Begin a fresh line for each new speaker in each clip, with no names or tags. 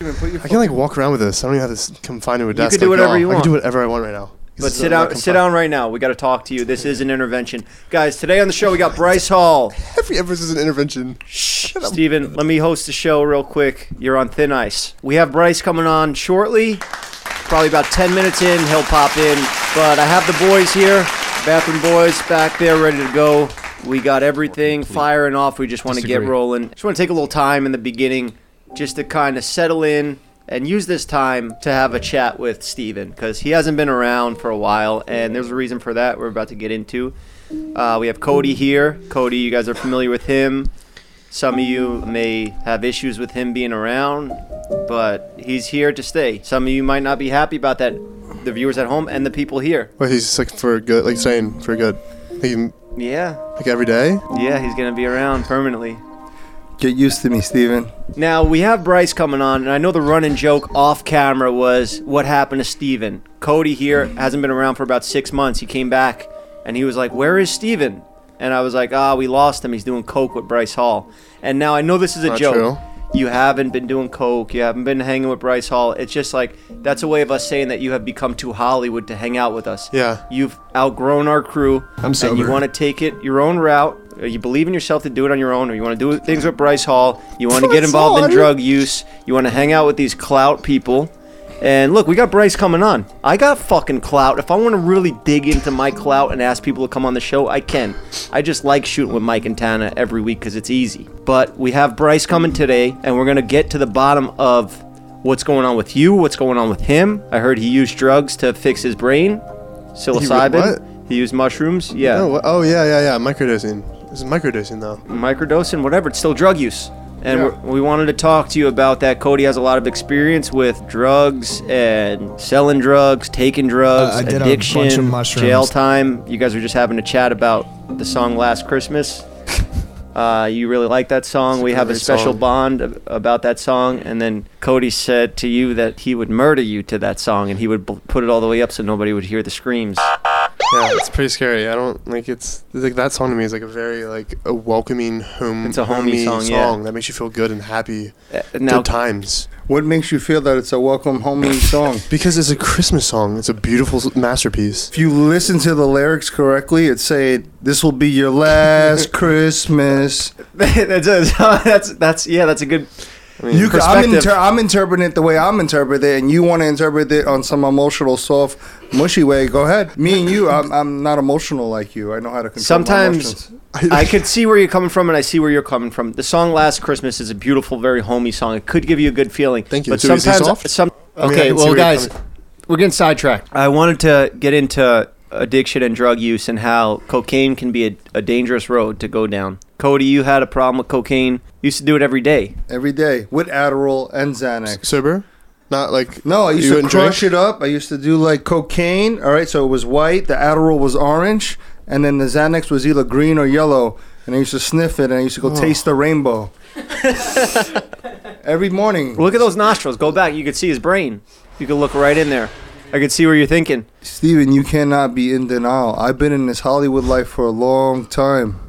and put your
I can like walk around with this. I don't even have to s- confine to a desk.
could do
like
whatever
y'all.
you
I can do
want.
whatever I want right now.
But sit down, sit down right now. We got to talk to you. This is an intervention, guys. Today on the show we got Bryce Hall.
Every emphasis is an intervention. Shut up.
Steven, let me host the show real quick. You're on thin ice. We have Bryce coming on shortly, probably about 10 minutes in. He'll pop in. But I have the boys here, bathroom boys back there, ready to go. We got everything firing off. We just want to get
Disagree.
rolling. Just want to take a little time in the beginning just to kind of settle in and use this time to have a chat with Steven because he hasn't been around for a while, and there's a reason for that we're about to get into. Uh, we have Cody here. Cody, you guys are familiar with him. Some of you may have issues with him being around, but he's here to stay. Some of you might not be happy about that, the viewers at home and the people here.
But he's just like for good, like saying for good. Like,
Yeah,
like every day.
yeah, he's gonna be around permanently.
Get used to me, Steven.
Now we have Bryce coming on, and I know the running joke off camera was what happened to Steven. Cody here hasn't been around for about six months. He came back and he was like, Where is Steven? And I was like, Ah, we lost him. He's doing Coke with Bryce Hall. And now I know this is a
Not
joke.
true.
You haven't been doing Coke, you haven't been hanging with Bryce Hall. It's just like that's a way of us saying that you have become too Hollywood to hang out with us.
Yeah.
You've outgrown our crew. I'm
sober.
And you want to take it your own route. or You believe in yourself to do it on your own, or you want to do things with Bryce Hall. You want to get
Bryce
involved in
Hall.
drug use. You want to hang out with these clout people. And look, we got Bryce coming on. I got fucking clout. If I want to really dig into my clout and ask people to come on the show, I can. I just like shooting with Mike and Tana every week because it's easy. But we have Bryce coming today, and we're going to get to the bottom of what's going on with you, what's going on with him. I heard he used drugs to fix his brain,
what?
psilocybin. He, used mushrooms. Yeah.
Oh, wha- oh yeah, yeah, yeah. Microdosing. This is microdosing though.
microdosing, whatever. It's still drug use. And
Yeah.
we're- we wanted to talk to you about that. Cody has a lot of experience with drugs and selling drugs, taking drugs,
Uh, I did a bunch
addiction,
of mushrooms.
jail time. You guys were just having a chat about the song Last Christmas. Uh, you really like that song. We have a
great
special
song.
bond ab- about that song. And then Cody said to you that he would murder you to that song and he would b- put it all the way up so nobody would hear the screams.
Yeah, it's pretty scary. I don't like it's like that song to me is like a very like a welcoming home.
It's a homey song, yeah.
that makes you feel good and happy.
Uh, Now,
good times.
What makes you feel that it's a welcome homey song?
Because it's a Christmas song. It's a beautiful s- masterpiece.
If you listen to the lyrics correctly, it say this will be your last Christmas.
that's, a- that's, that's, yeah, that's a good.
You can, I'm,
perspective.
inter- I'm interpreting it the way I'm interpreting it, and you want to interpret it on some emotional, soft, mushy way. Go ahead. Me and you, I'm, I'm not emotional like you. I know how to control
Sometimes-
my emotions.
I could see where you're coming from, and I see where you're coming from. The song "Last Christmas" is a beautiful, very homey song. It could give you a good feeling.
Thank you.
But
So is he
sometimes,
soft?
some
I mean, I
okay.
can see
well,
where you're
guys,
coming-
we're getting sidetracked. I wanted to get into addiction and drug use and how cocaine can be a, a dangerous road to go down. Cody, you had a problem with cocaine. You used to do it every day.
Every day with Adderall and Xanax.
sober, not like
No, I used
You
to
wouldn't
crush it up. I used to do like cocaine. All right, so it was white. The Adderall was orange, and then the Xanax was either green or yellow. And I used to sniff it, and I used to
Oh.
go taste the rainbow every morning.
Look at those nostrils. Go back. You could see his brain. You could look right in there. I could see where you're thinking.
Steven, you cannot be in denial. I've been in this Hollywood life for a long time.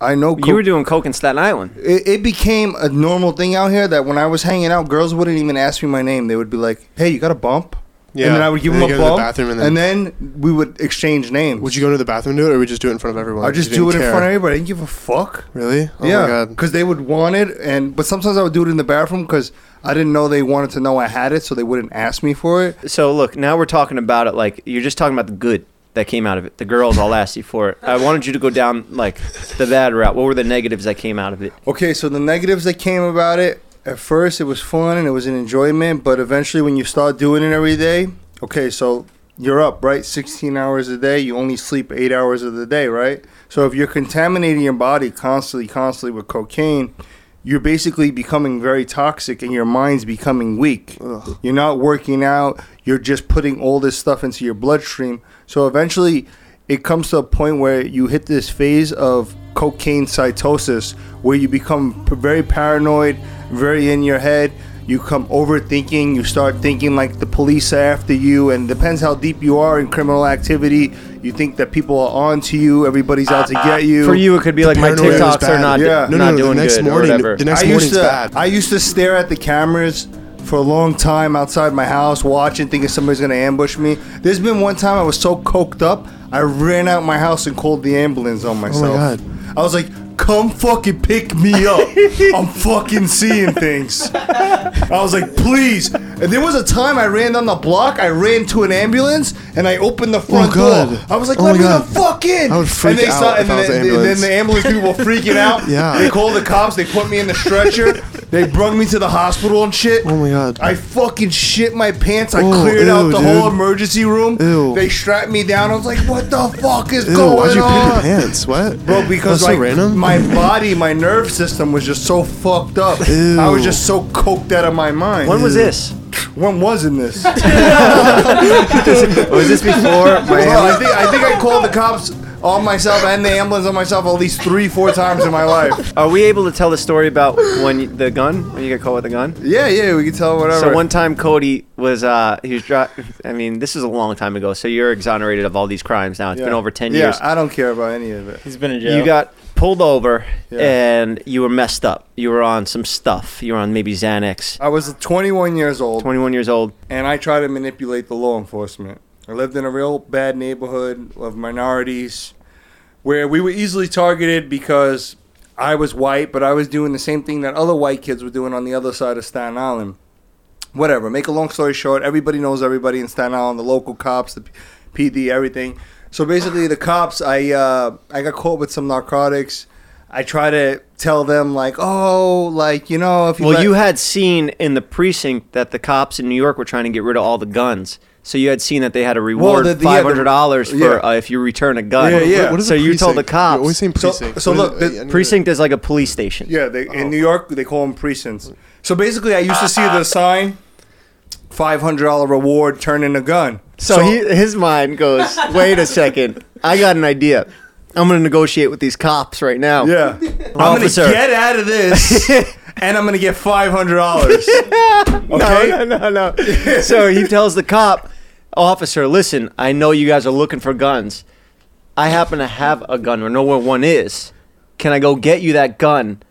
I know
You were doing coke in Staten Island.
it, it became a normal thing out here that when I was hanging out, girls wouldn't even ask me my name. They would be like, "Hey, you got a bump?"
Yeah.
And then I would give
And
them
you
a
go to the
bump,
bathroom and
and
then-
then, we would exchange names.
Would you go into the bathroom and do it, or would you just do it in front of everyone?
I
You
just
didn't
do it in
care?
front of everybody. I didn't give a fuck.
Really? Oh my
yeah,
god.
because they would want it, and but sometimes I would do it in the bathroom because I didn't know they wanted to know I had it, so they wouldn't ask me for it.
So look, now we're talking about it like you're just talking about the good that came out of it. The girls all asked you for it. I wanted you to go down like the bad route. What were the negatives that came out of it?
Okay, so the negatives that came about it at first, it was fun and it was an enjoyment, but eventually, when you start doing it every day, okay, so you're up, right? 16 hours a day, you only sleep eight hours of the day, right? So if you're contaminating your body constantly, constantly with cocaine, you're basically becoming very toxic and your mind's becoming weak. You're not working out, you're just putting all this stuff into your bloodstream. So eventually, it comes to a point where you hit this phase of cocaine cytosis where you become p- very paranoid, very in your head. You come overthinking, you start thinking like the police are after you, and depends how deep you are in criminal activity. You think that people are on to you, everybody's out to get you.
For you, it could be like my
paranoia is
TikToks are
bad.
not
Yeah.
not doing
the next
good
morning,
or whatever.
the next
I
morning's
used to,
bad.
I used to stare at the cameras for a long time outside my house watching, thinking somebody's gonna ambush me. There's been one time I was so coked up, I ran out my house and called the ambulance on myself.
Oh God.
I was like, "Come fucking pick me up! I'm fucking seeing things." I was like, "Please!" And there was a time I ran down the block. I ran to an ambulance and I opened the front door.
Oh God.
I was like,
Oh
"Let
my
me
God.
the fuck in!"
I would freak
and they
out
saw-
if
and
I was
then-
an
then the ambulance people were freaking out.
Yeah.
They called the cops. They put me in the stretcher. they brought me to the hospital and shit.
Oh my God.
I fucking shit my pants. I
Oh,
cleared out
ew,
the whole
dude.
emergency room.
Ew.
They strapped me down. I was like, "What the fuck is
Ew,
going
why'd you
on?"
pee your pants? What?
Bro, because
That's so
like
random.
my body, my nerve system was just so fucked up.
Ew.
I was just so coked out of my mind.
When was this?
When was in this?
Was this before
Well, I
my
think I think I called the cops on myself and the ambulance on myself at least three, four times in my life.
Are we able to tell the story about when you- the gun? When you get caught with a gun?
Yeah, yeah, we can tell whatever.
So one time Cody was uh he was dri- I mean, this is a long time ago. So you're exonerated of all these crimes now. It's
yeah.
been over 10
yeah,
years.
I don't care about any of it.
He's been in jail.
you got pulled over
Yeah.
and you were messed up. You were on some stuff. You were on maybe Xanax.
I was 21 years old,
21 years old.
and I tried to manipulate the law enforcement. I lived in a real bad neighborhood of minorities, where we were easily targeted because I was white, but I was doing the same thing that other white kids were doing on the other side of Staten Island. Whatever. Make a long story short, everybody knows everybody in Staten Island, the local cops, the P- PD, everything. So basically, the cops, I uh, I got caught with some narcotics. I try to tell them like, oh, like you know, if you
Well,
let-
you had seen in the precinct that the cops in New York were trying to get rid of all the guns. So you had seen that they had a reward
the- the- yeah, the-
five hundred dollars for
yeah.
uh, if you return a gun.
Yeah, yeah.
What is
so
a
you told the
precinct? You're
cops.
always saying
So-
precinct.
so
What is
look,
it?
the
I- I need to-
precinct is like a police station.
Yeah, they,
Oh.
in New York they call them precincts. So basically, I used to see the sign, five hundred dollar reward, turn in a gun.
So, he, his mind goes, wait a second, I got an idea. I'm going to negotiate with these cops right now.
yeah, I'm gonna
Officer.
get out of this, and I'm gonna get five hundred dollars. Okay.
No, no, no, no. so he tells the cop, officer, listen, I know you guys are looking for guns. I happen to have a gun or know where one is. Can I go get you that gun?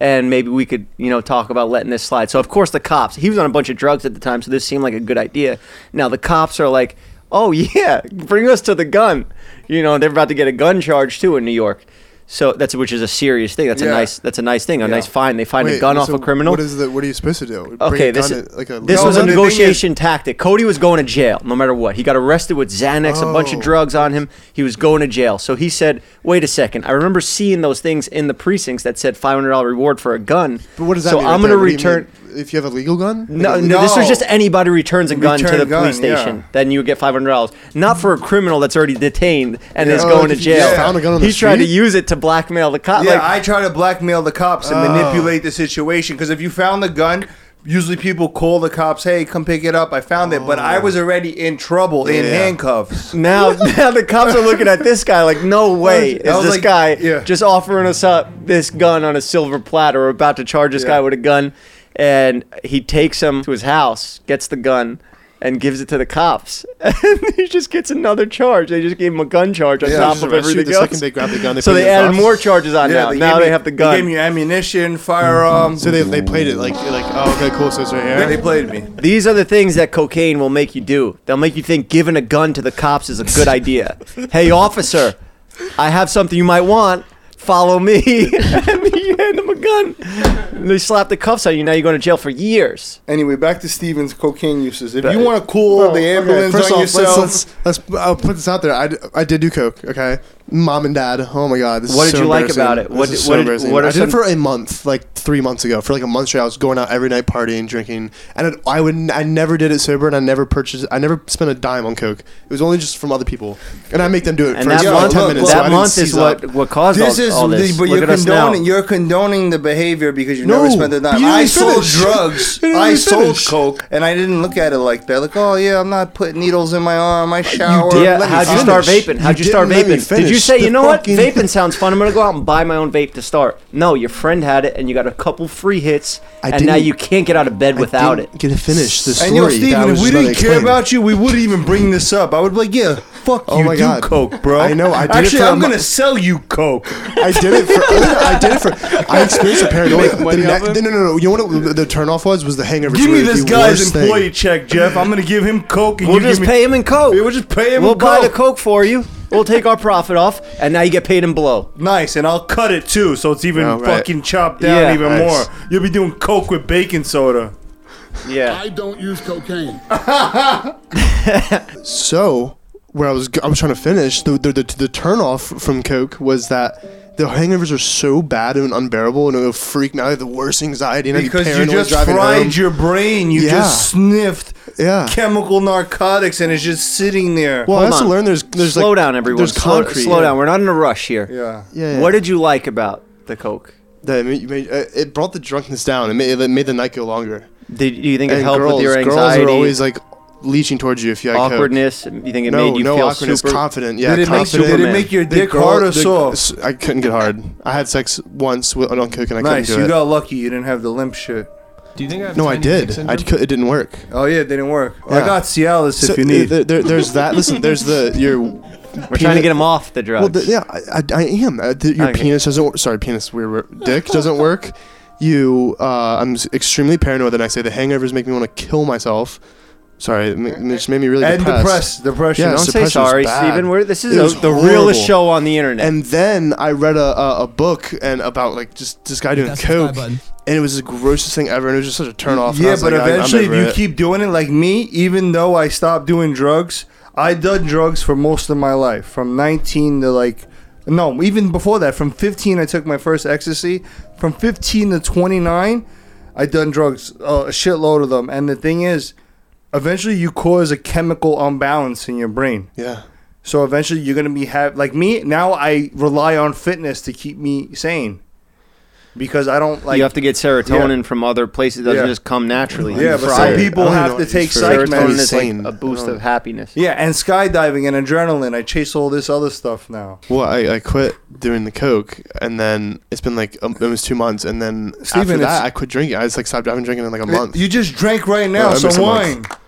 And maybe we could, you know, talk about letting this slide. So of course the cops. He was on a bunch of drugs at the time, so this seemed like a good idea. Now the cops are like, "Oh yeah, bring us to the gun." You know, they're about to get a gun charge too in New York. So that's which is a serious thing. That's a
Yeah.
nice. That's a nice thing. A nice fine. They find a
Wait,
gun off
so
a criminal.
What is the? What are you supposed to do? Bring
Okay,
a
this
gun
is-
at, like a
this
No,
was
but
a
the thing
negotiation tactic. Cody was going to jail no matter what. He got arrested with Xanax, a bunch of
Oh.
drugs on him. He was going to jail. So he said, "Wait a second. I remember seeing those things in the precincts that said $500 reward for a gun."
But what does that
so
mean?
I'm going to
right there? What do you
return
mean? if you have a legal gun.
no,
Like a
no, this was
No.
just anybody returns a gun to
Return
the
gun,
police station,
yeah.
then you would get five hundred dollars. Not for a criminal that's already detained and is
Yeah.
going
Oh,
to
if you
jail.
just found a gun on the
he tried to
street?
use it to blackmail the cop.
yeah,
like,
I try to blackmail the cops and
Oh.
manipulate the situation because if you found the gun. Usually people call the cops, hey, come pick it up. I found it, but
Oh.
I was already in trouble in
Yeah.
handcuffs.
Now, now the cops are looking at this guy like, no way
I
is
was
this
like-
guy
yeah.
just offering us up this gun on a silver platter. We're about to charge this
Yeah.
guy with a gun, and he takes him to his house, gets the gun, and gives it to the cops. And he just gets another charge. They just gave him a gun charge on
Yeah,
top
just
of
arrest you
everything
the
else.
second they grab the gun, they
so
put
they
it in the
added
box.
more charges on now.
gave
Now
me-
they have the
They gave
gun.
me ammunition, firearms.
So they, they played it like you're like oh okay cool so it's right
Yeah, they
here.
played me.
These are the things that cocaine will make you do. They'll make you think giving a gun to the cops is a good idea. hey, officer, I have something you might want. Follow me. and you hand them a gun. And they slap the cuffs on you. Now you're going to jail for years.
Anyway, back to Steven's cocaine uses. If
That-
you want to cool
Bro, Oh,
the
okay,
ambulance
first
on
off,
yourself,
Let's, let's, let's I'll put this out there. I, d- I did do coke. Okay, mom and dad. Oh my god. This is
What did
so
you like
embarrassing.
about it?
This
What
is
did-
so
what did-
embarrassing.
what are
I did
some-
it for a month, like three months ago. For like a month straight, I was going out every night partying, drinking, and I'd, I would I never did it sober, and I never purchased. I never spent a dime on coke. It was only just from other people, and I make them do it
And
for
that
like
month-
ten
look,
minutes.
look,
so
that
I didn't
month is
seize up.
what, what caused
this
all,
is
all this.
but
Look
you're
at us now.
condoning you're condoning the behavior because you've never
No,
spent the
but
time.
you didn't
I
even
sold
finish.
drugs.
You didn't
I
even
sold
finish.
coke, and I didn't look at it like that. Like, oh yeah, I'm not putting needles in my arm. I shower.
Yeah,
Let me
how'd you
finish.
start
finish.
vaping? How'd you,
You
start
didn't let me
vaping? Did you you say,
the
you know what?
fucking-
Vaping sounds fun. I'm gonna go out and buy my own vape to start. No, your friend had it, and you got a couple free hits,
I
and now
didn't-
you can't get out of bed
I
without it.
didn't Get to finish the story.
And yo,
that I
Steven,
was
if
just
we
about to
didn't care
explain.
about you, we wouldn't even bring this up. I would be like, yeah, fuck
Oh
you,
my
do
God.
coke, bro.
I know, I did it
Actually,
for a
I'm
mo-
gonna sell you coke.
I did it for. I did it for. I experienced a paranoia.
Make money
The
off
ne-
it?
no, no, no, no. You know what it, the turnoff was? Was the hangover.
give me
is
this
the
guy's
worst thing.
employee check, Jeff. I'm gonna give him coke, and
We'll
you
just
give me.
pay him in coke.
Yeah, we'll just pay him
We'll
in
buy the
coke.
coke for you. We'll take our profit off, and now you get paid in blow.
Nice, and I'll cut it too, so it's even
Oh, right.
fucking chopped down
Yeah.
even
Nice.
more. You'll be doing coke with baking soda.
Yeah.
I don't use cocaine.
So where I was, g- I was trying to finish. The the the, the turnoff from coke was that. The hangovers are so bad and unbearable, and it would freak me out. I had the worst anxiety, and I'd be
Because you
paranoid
just
driving
fried
home.
your brain. You
Yeah.
just sniffed
Yeah.
chemical narcotics, and it's just sitting there.
Well, I
Hold
also
on.
learned there's there's
slow
like,
down, everyone.
There's
slow,
concrete.
slow
yeah.
down. We're not in a rush here.
yeah.
Yeah, yeah.
What did you like about the coke?
That it, made, you made- uh, it brought the drunkenness down. It made, it made the night go longer.
Did you think it
And
helped
girls,
with your
girls
anxiety,
are always like leeching towards you if you had coke.
awkwardness? You think it
no,
made you
no
feel
awkwardness.
super?
Confident. Yeah,
did, it make,
confident.
did it
Superman.
make your
The
dick
girl-
hard or
the-
soft?
s- I couldn't get hard. I had sex once with, on coke and I
Nice,
couldn't do
you
it.
got lucky. You didn't have the limp shit.
Do you think I have
no, I
tiny dick
did. I
syndrome?
cou- it didn't work.
Oh yeah, it didn't work. I
Yeah.
got Cialis
So, uh,
if you need.
there- there- there's that. Listen, there's the your.
We're trying to get him off the drugs.
Well, the, yeah, I, I, I am. Uh, the, your
Okay.
penis doesn't. Work. Sorry, penis. Weird. word. Dick doesn't work. You. Uh, I'm s- extremely paranoid the next day. The hangovers make me want to kill myself. Sorry, it ma- it just made me really
and
depressed.
depressed, depression.
Yeah,
Don't
Don't
say-
say
suppression was
sorry,
bad.
Steven. We're, this is
It
a,
was
the
horrible.
realest show on the internet.
And then I read a, a, a book and about like just this guy doing
That's my
coke,
button.
and it was the grossest thing ever, and it was just such a turn off.
yeah, but eventually,
I,
if
am
you keep doing it like me, even though I stopped doing drugs, I done drugs for most of my life, from 19 to like, no, even before that, from 15 I took my first ecstasy, from 15 to 29, I done drugs, uh, a shitload of them. And the thing is, eventually you cause a chemical imbalance in your brain.
yeah,
So eventually you're gonna be have like me now. I rely on fitness to keep me sane because I don't like.
you have to get serotonin from other places. It doesn't
Yeah.
just come naturally.
yeah,
You
but
fry
some
it.
people
I don't
have
know
to
if
take
it's
psych
fair.
serotonin
meds.
is like
insane.
a boost
I don't-
of happiness.
Yeah, and skydiving and adrenaline. I chase all this other stuff now.
well, I, I quit doing the coke, and then it's been like um, almost two months, and then
Steven,
after
it's-
that I quit drinking. I just like stopped. I haven't drinking in like a month.
You just drank right now
I missed
some
a month.
wine.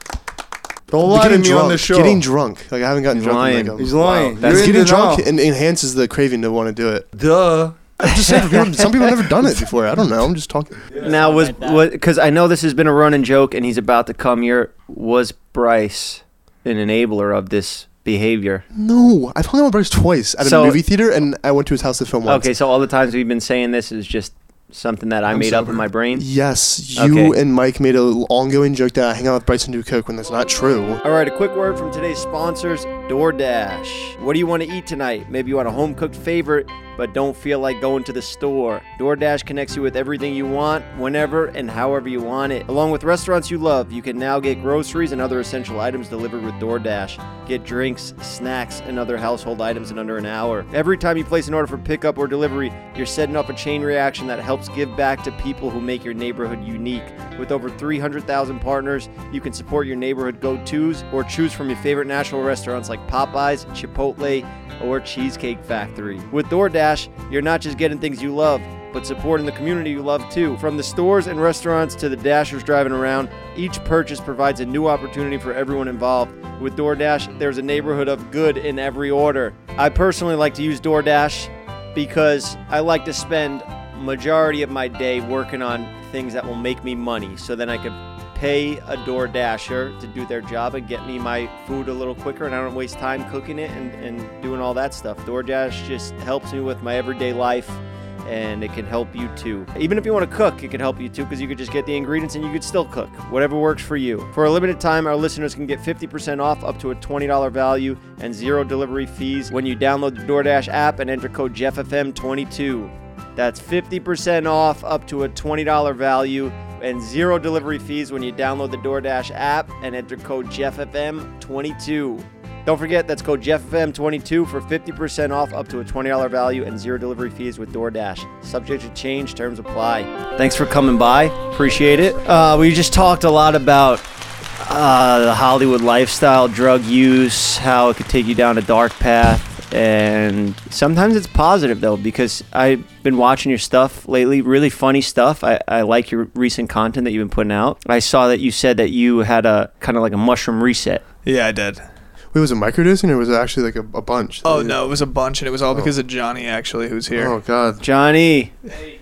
Don't
But
lie to
getting
me
drunk,
on the show.
Getting drunk, like I haven't gotten
He's
drunk.
lying.
In like a,
He's lying.
Wow, that's-
You're in
getting
denial.
drunk en- enhances the craving to want to do it.
Duh.
I'm just saying, for people, some people have never done it before. I don't know. I'm just talking.
Now was because I know this has been a running joke, and he's about to come here. Was Bryce an enabler of this behavior?
No, I've hung out with Bryce twice at
So-
a movie theater, and I went to his house to film once.
Okay, so all the times we've been saying this is just something that I
I'm
made up
sober.
in my brain.
Yes, you
Okay.
and Mike made an ongoing joke that I hang out with Bryson do coke when that's not true.
All right, a quick word from today's sponsors, DoorDash. What do you want to eat tonight? Maybe you want a home cooked favorite, but don't feel like going to the store. DoorDash connects you with everything you want, whenever and however you want it. Along with restaurants you love, you can now get groceries and other essential items delivered with DoorDash. Get drinks, snacks, and other household items in under an hour. Every time you place an order for pickup or delivery, you're setting up a chain reaction that helps give back to people who make your neighborhood unique. With over 300,000 partners, you can support your neighborhood go tos or choose from your favorite national restaurants like Popeyes, Chipotle, or Cheesecake Factory. With DoorDash, you're not just getting things you love, but supporting the community you love too. From the stores and restaurants to the dashers driving around, each purchase provides a new opportunity for everyone involved. With DoorDash, there's a neighborhood of good in every order. I personally like to use DoorDash because I like to spend majority of my day working on things that will make me money so then I could pay a door dasher to do their job and get me my food a little quicker and I don't waste time cooking it and, and doing all that stuff. DoorDash just helps me with my everyday life and it can help you too. Even if you want to cook, it can help you too because you could just get the ingredients and you could still cook. Whatever works for you. For a limited time, our listeners can get 50% off up to a $20 value and zero delivery fees when you download the DoorDash app and enter code JeffFM22. That's 50% off up to a $20 value and zero delivery fees when you download the DoorDash app and enter code JeffFM22. Don't forget, that's code JeffFM22 for 50% off up to a $20 value and zero delivery fees with DoorDash. Subject to change, terms apply. Thanks for coming by. Appreciate it. Uh, we just talked a lot about uh, the Hollywood lifestyle, drug use, how it could take you down a dark path. and sometimes it's positive though because I've been watching your stuff lately. Really funny stuff. I, I like your recent content that you've been putting out. I saw that you said that you had a kind of like a mushroom reset.
Yeah, I did.
Wait, was it microdosing or was it actually like a, a bunch?
Oh
Yeah.
no, it was a bunch, and it was all because of Johnny actually, who's here.
Oh god.
Johnny,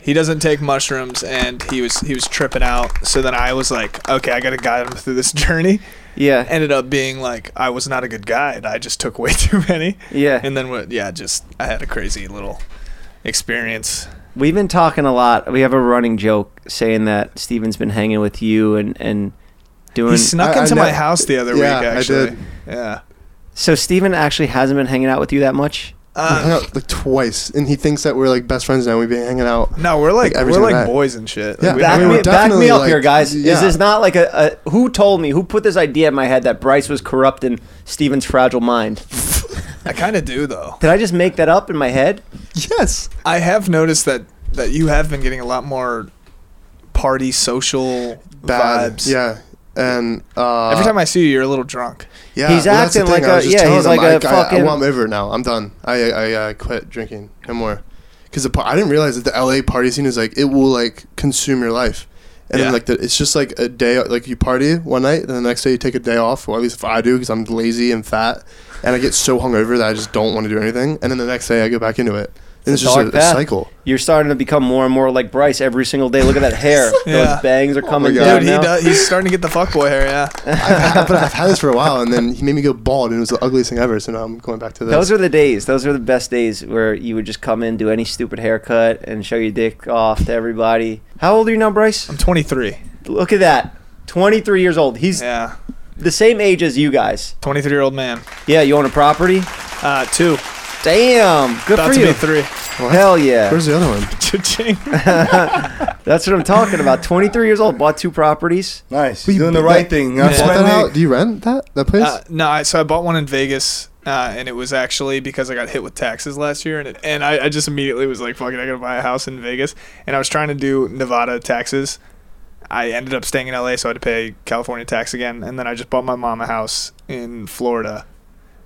He doesn't take mushrooms, and he was he was tripping out. So then I was like, okay, I gotta guide him through this journey.
yeah,
Ended up being like, I was not a good guide. I just took way too many,
yeah.
and then what? Yeah, just I had a crazy little experience.
We've been talking a lot. We have a running joke saying that Steven's been hanging with you and and doing.
He snuck
I- I
into my
nev-
house the other
yeah,
week.
I
Actually,
did.
yeah.
so Steven actually hasn't been hanging out with you that much.
we hung
Uh,
out like twice, and he thinks that we're like best friends now. We've been hanging out.
no, we're like,
Like, every
we're
single
like
night.
boys and shit.
Yeah.
Like, we-
I
Back
mean,
me,
we're
back me
definitely,
up
like-
here, guys.
yeah.
Is this not like a, a who told me? Who put this idea in my head that Bryce was corrupt in Steven's fragile mind?
I kind of do though.
Did I just make that up in my head?
Yes.
I have noticed that that you have been getting a lot more party social
Bad.
vibes.
Yeah. And uh,
Every time I see you, you're a little drunk.
yeah,
He's
well, that's the
acting like
thing, I was
a-
just
yeah,
telling
he's
him,
like
I-
a
I- I,
fucking-
well, I'm over now. I'm done. I I, I uh, quit drinking. No more. Because the par- I didn't realize that the LA party scene is like it will like consume your life. And
Yeah.
then, like the, it's just like a day like you party one night, and the next day you take a day off. Or at least if I do, because I'm lazy and fat, and I get so hungover that I just don't want to do anything. And then the next day I go back into it. And
It's
it's,
a
just
dark
a, a
path.
cycle.
You're starting to become more and more like Bryce every single day. Look at that hair;
Yeah. Oh
those bangs are coming
God.
down
Dude, he
now.
does, he's starting to get the fuckboy hair, yeah.
I've, had- but I've had this for a while, and then he made me go bald, and it was the ugliest thing ever. So now I'm going back to this.
Those are the days. Those are the best days where you would just come in, do any stupid haircut, and show your dick off to everybody. How old are you now, Bryce?
I'm 23.
Look at that. 23 years old. He's
Yeah.
the same age as you guys.
23 year old man.
Yeah, you own a property?
Uh, two.
Damn. Good
About
for
to
you.
be three.
Hell yeah.
Where's the other one?
Cha-ching.
That's what I'm talking about. 23 years old, bought two properties.
Nice.
Well,
You're
you-
doing the
that-
right thing. Not
Yeah.
Bought that
spending-
out? Do you rent that that place?
Uh, no, I, so I bought one in Vegas, uh, and it was actually because I got hit with taxes last year, and it, and I, I just immediately was like, "Fucking, I gotta buy a house in Vegas." And I was trying to do Nevada taxes. I ended up staying in LA, so I had to pay California tax again, and then I just bought my mom a house in Florida,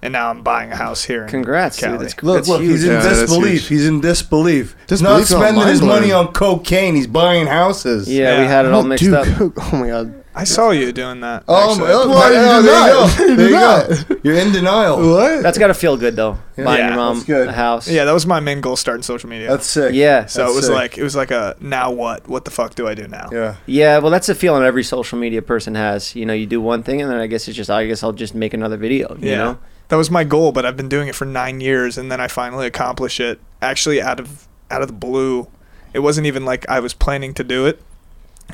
and now I'm buying a house here. in
Congrats, dude.
Cali.
That's,
Look,
that's
look,
huge.
he's in
Yeah, that's
disbelief.
huge.
He's in disbelief. He's not
Disbelief's not
spending his money
mind-blowing.
on cocaine. He's buying houses.
yeah, we
Yeah.
had it all
Oh,
mixed
dude,
up.
Coke. Oh my god.
I saw you doing that.
Oh,
actually.
my, look,
Well,
yeah,
you
there you go.
did
There you
not.
go. You're in denial.
What?
That's got to feel good, though.
Yeah.
Buying
Yeah,
your mom
that's good.
a house.
yeah, that was my main goal: starting social media.
That's sick.
Yeah.
so it
that's
was
sick.
like it was like a now what? What the fuck do I do now?
Yeah.
Yeah, well, that's the feeling every social media person has. You know, you do one thing, and then I guess it's just, I guess I'll just make another video. You
Yeah.
know,
That was my goal, but I've been doing it for nine years, and then I finally accomplished it. Actually, out of out of the blue, it wasn't even like I was planning to do it.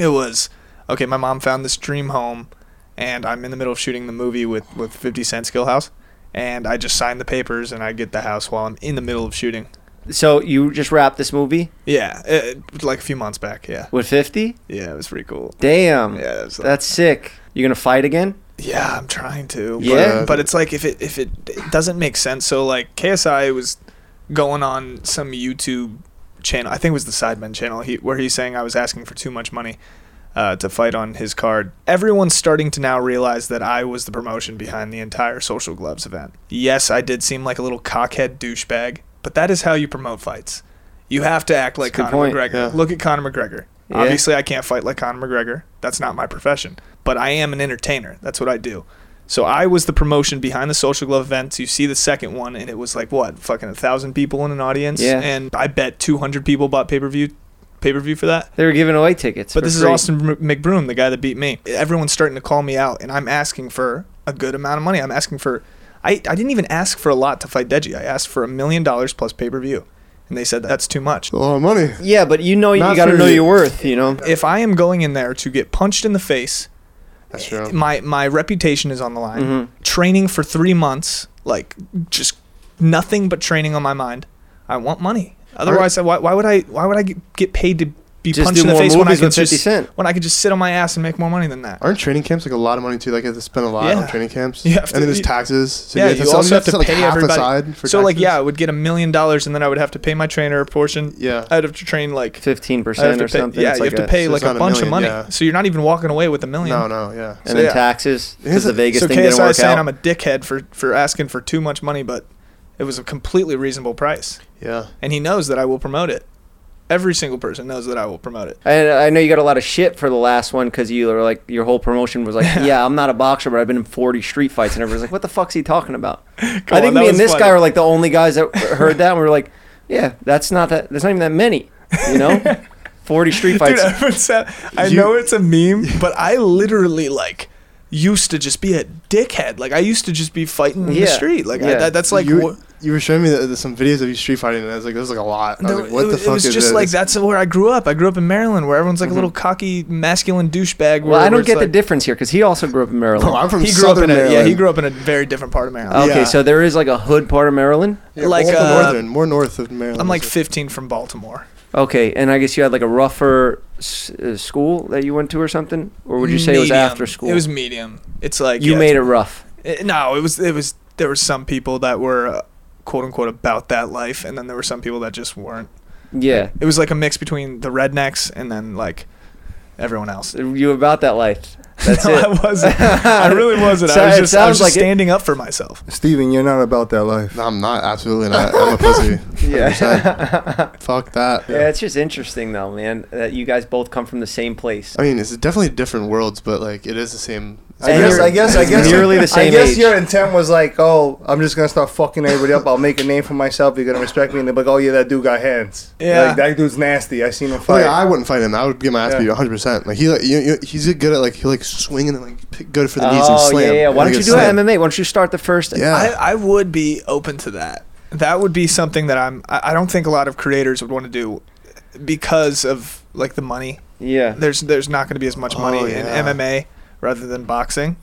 It was okay. My mom found this dream home, and I'm in the middle of shooting the movie with with 50 Cent Skill House, and I just signed the papers, and I get the house while I'm in the middle of shooting.
so you just wrapped this movie
Yeah, it, it was like a few months back. Yeah,
with 50?
yeah, it was pretty cool.
Damn.
Yeah, it was like,
That's sick. You gonna fight again?
Yeah, I'm trying to. but-
Yeah.
But, it's like if it if it, it doesn't make sense. So like KSI was going on some YouTube channel. I think it was the Sidemen channel. He where he's saying I was asking for too much money. Uh, to fight on his card. Everyone's starting to now realize that I was the promotion behind the entire Social Gloves event. Yes, I did seem like a little cockhead douchebag, but that is how you promote fights. You have to act like
That's a
Conor
good point,
McGregor.
yeah.
Look at Conor McGregor.
Yeah.
Obviously, I can't fight like Conor McGregor. That's not my profession. But I am an entertainer. That's what I do. So I was the promotion behind the Social Glove events. You see the second one, and it was like what, fucking a thousand people in an audience,
Yeah.
and I bet two hundred people bought pay per view, pay per view for that.
They were giving away tickets.
But
for
this
free.
is Austin M- McBroom, the guy that beat me. Everyone's starting to call me out, and I'm asking for a good amount of money. I'm asking for, I, I didn't even ask for a lot to fight Deji. I asked for a million dollars plus pay per view, and they said that's too much.
A lot of money.
Yeah, but you know, you
Not
got to
for
know
you.
your worth. You know.
If I am going in there to get punched in the face,
That's true.
my my reputation is on the line.
Mhm.
Training for three months, like just nothing but training on my mind. I want money. Otherwise, I, why, why would I? Why would I get get paid to be
Just
punched
do
in the
more
face when I
movies
could
with 50
just
Cent.
when I could just sit on my ass and make more money than that?
Aren't training camps like a lot of money too? Like I have to spend a lot
Yeah.
on training camps.
You have to-
and then there's
you-
taxes. So
yeah, you
sell-
also have to
sell, like,
pay
half
everybody.
aside for
so like,
taxes.
yeah, I would get a million dollars and then I would have to pay my trainer a portion.
yeah.
I'd have to train like
Fifteen
I'd
percent
have to
or
pay,
something.
Yeah,
It's
you
like
have to
a-
pay
so
like
it's
a
not a
bunch of
million,
money.
yeah.
So you're not even walking away with a million.
No, no, yeah.
And then
yeah.
taxes.
Here's
Because the
the-
Vegas
so
thing didn't
KSI
work
saying
out.
I'm a dickhead for for asking for too much money, but It was a completely reasonable price,
Yeah.
and he knows that I will promote it. Every single person knows that I will promote it.
And I know you got a lot of shit for the last one because you were like your whole promotion was like, yeah, I'm not a boxer, but I've been in 40 street fights, and everyone's like, what the fuck's he talking about? I
on,
think
that
me
was
and this
funny.
guy were like the only guys that heard that, and we were like, yeah, that's not that. There's not even that many, you know. 40 street
Dude, uh,
fights.
everyone said, I
You-
know it's a meme, but I literally like used to just be a dickhead. Like I used to just be fighting in the
Yeah.
street. Like I,
Yeah.
that, that's like
you,
what-
you were showing me the, the, some videos of you street fighting, and I was like, "This is like a lot." I was
No,
like, what
it,
the
was-
fuck
it was
is
just
this?
like that's where I grew up. I grew up in Maryland, where everyone's like a little cocky, masculine douchebag.
Mm-hmm. well,
where-
I
where
don't
it's
get the
like-
difference here because he also grew up in Maryland.
Oh, I'm from
He grew up
Southern
in a,
Maryland.
yeah, he grew up in a very different part of Maryland.
okay,
yeah.
so there is like a hood part of Maryland.
Yeah,
like,
more
uh,
northern, more north of Maryland.
I'm like
so-
15 from Baltimore.
Okay, and I guess you had like a rougher s- uh, school that you went to or something, or would you say it was
Medium.
after school?
It was medium. It's like
you
yeah,
made it
it's-
rough.
it- Eh, No, it was it was there were some people that were uh, quote unquote about that life, and then there were some people that just weren't.
Yeah,
It was like a mix between the rednecks and then like everyone else.
you were about that life. That's
no,
it.
I wasn't. I really wasn't.
So
I was
it
just, I
sounds
was just
like it-
standing up for myself.
Steven, you're not about that life.
No, I'm not. Absolutely not. I'm a pussy.
Yeah.
100%. Fuck that.
yeah, it's just interesting though, man, that you guys both come from the same place.
I mean, it's definitely different worlds, but like it is the same.
I
And
guess,
you're-
I guess, I guess,
nearly the
I
same
guess
age.
your intent was like, oh, I'm just gonna start fucking everybody up. I'll make a name for myself. You're gonna respect me, and they're like, oh yeah, that dude got hands.
Yeah.
like, that dude's nasty. I seen him
Well,
fight.
Oh,
yeah, I wouldn't fight him. I would get my ass
Yeah.
beat 100. percent Like he, like, you, you, he's good at like he like swinging and like pick, good for the knees and
Oh yeah,
slam.
yeah, yeah. Why
Like,
don't you
it's
do it
slam.
MMA? Why don't you start the first?
Yeah,
I, I would be open to that. That would be something that I'm. I I don't think a lot of creators would want to do because of like the money.
yeah.
There's there's not going to be as much
Oh,
money
yeah.
in MMA rather than boxing,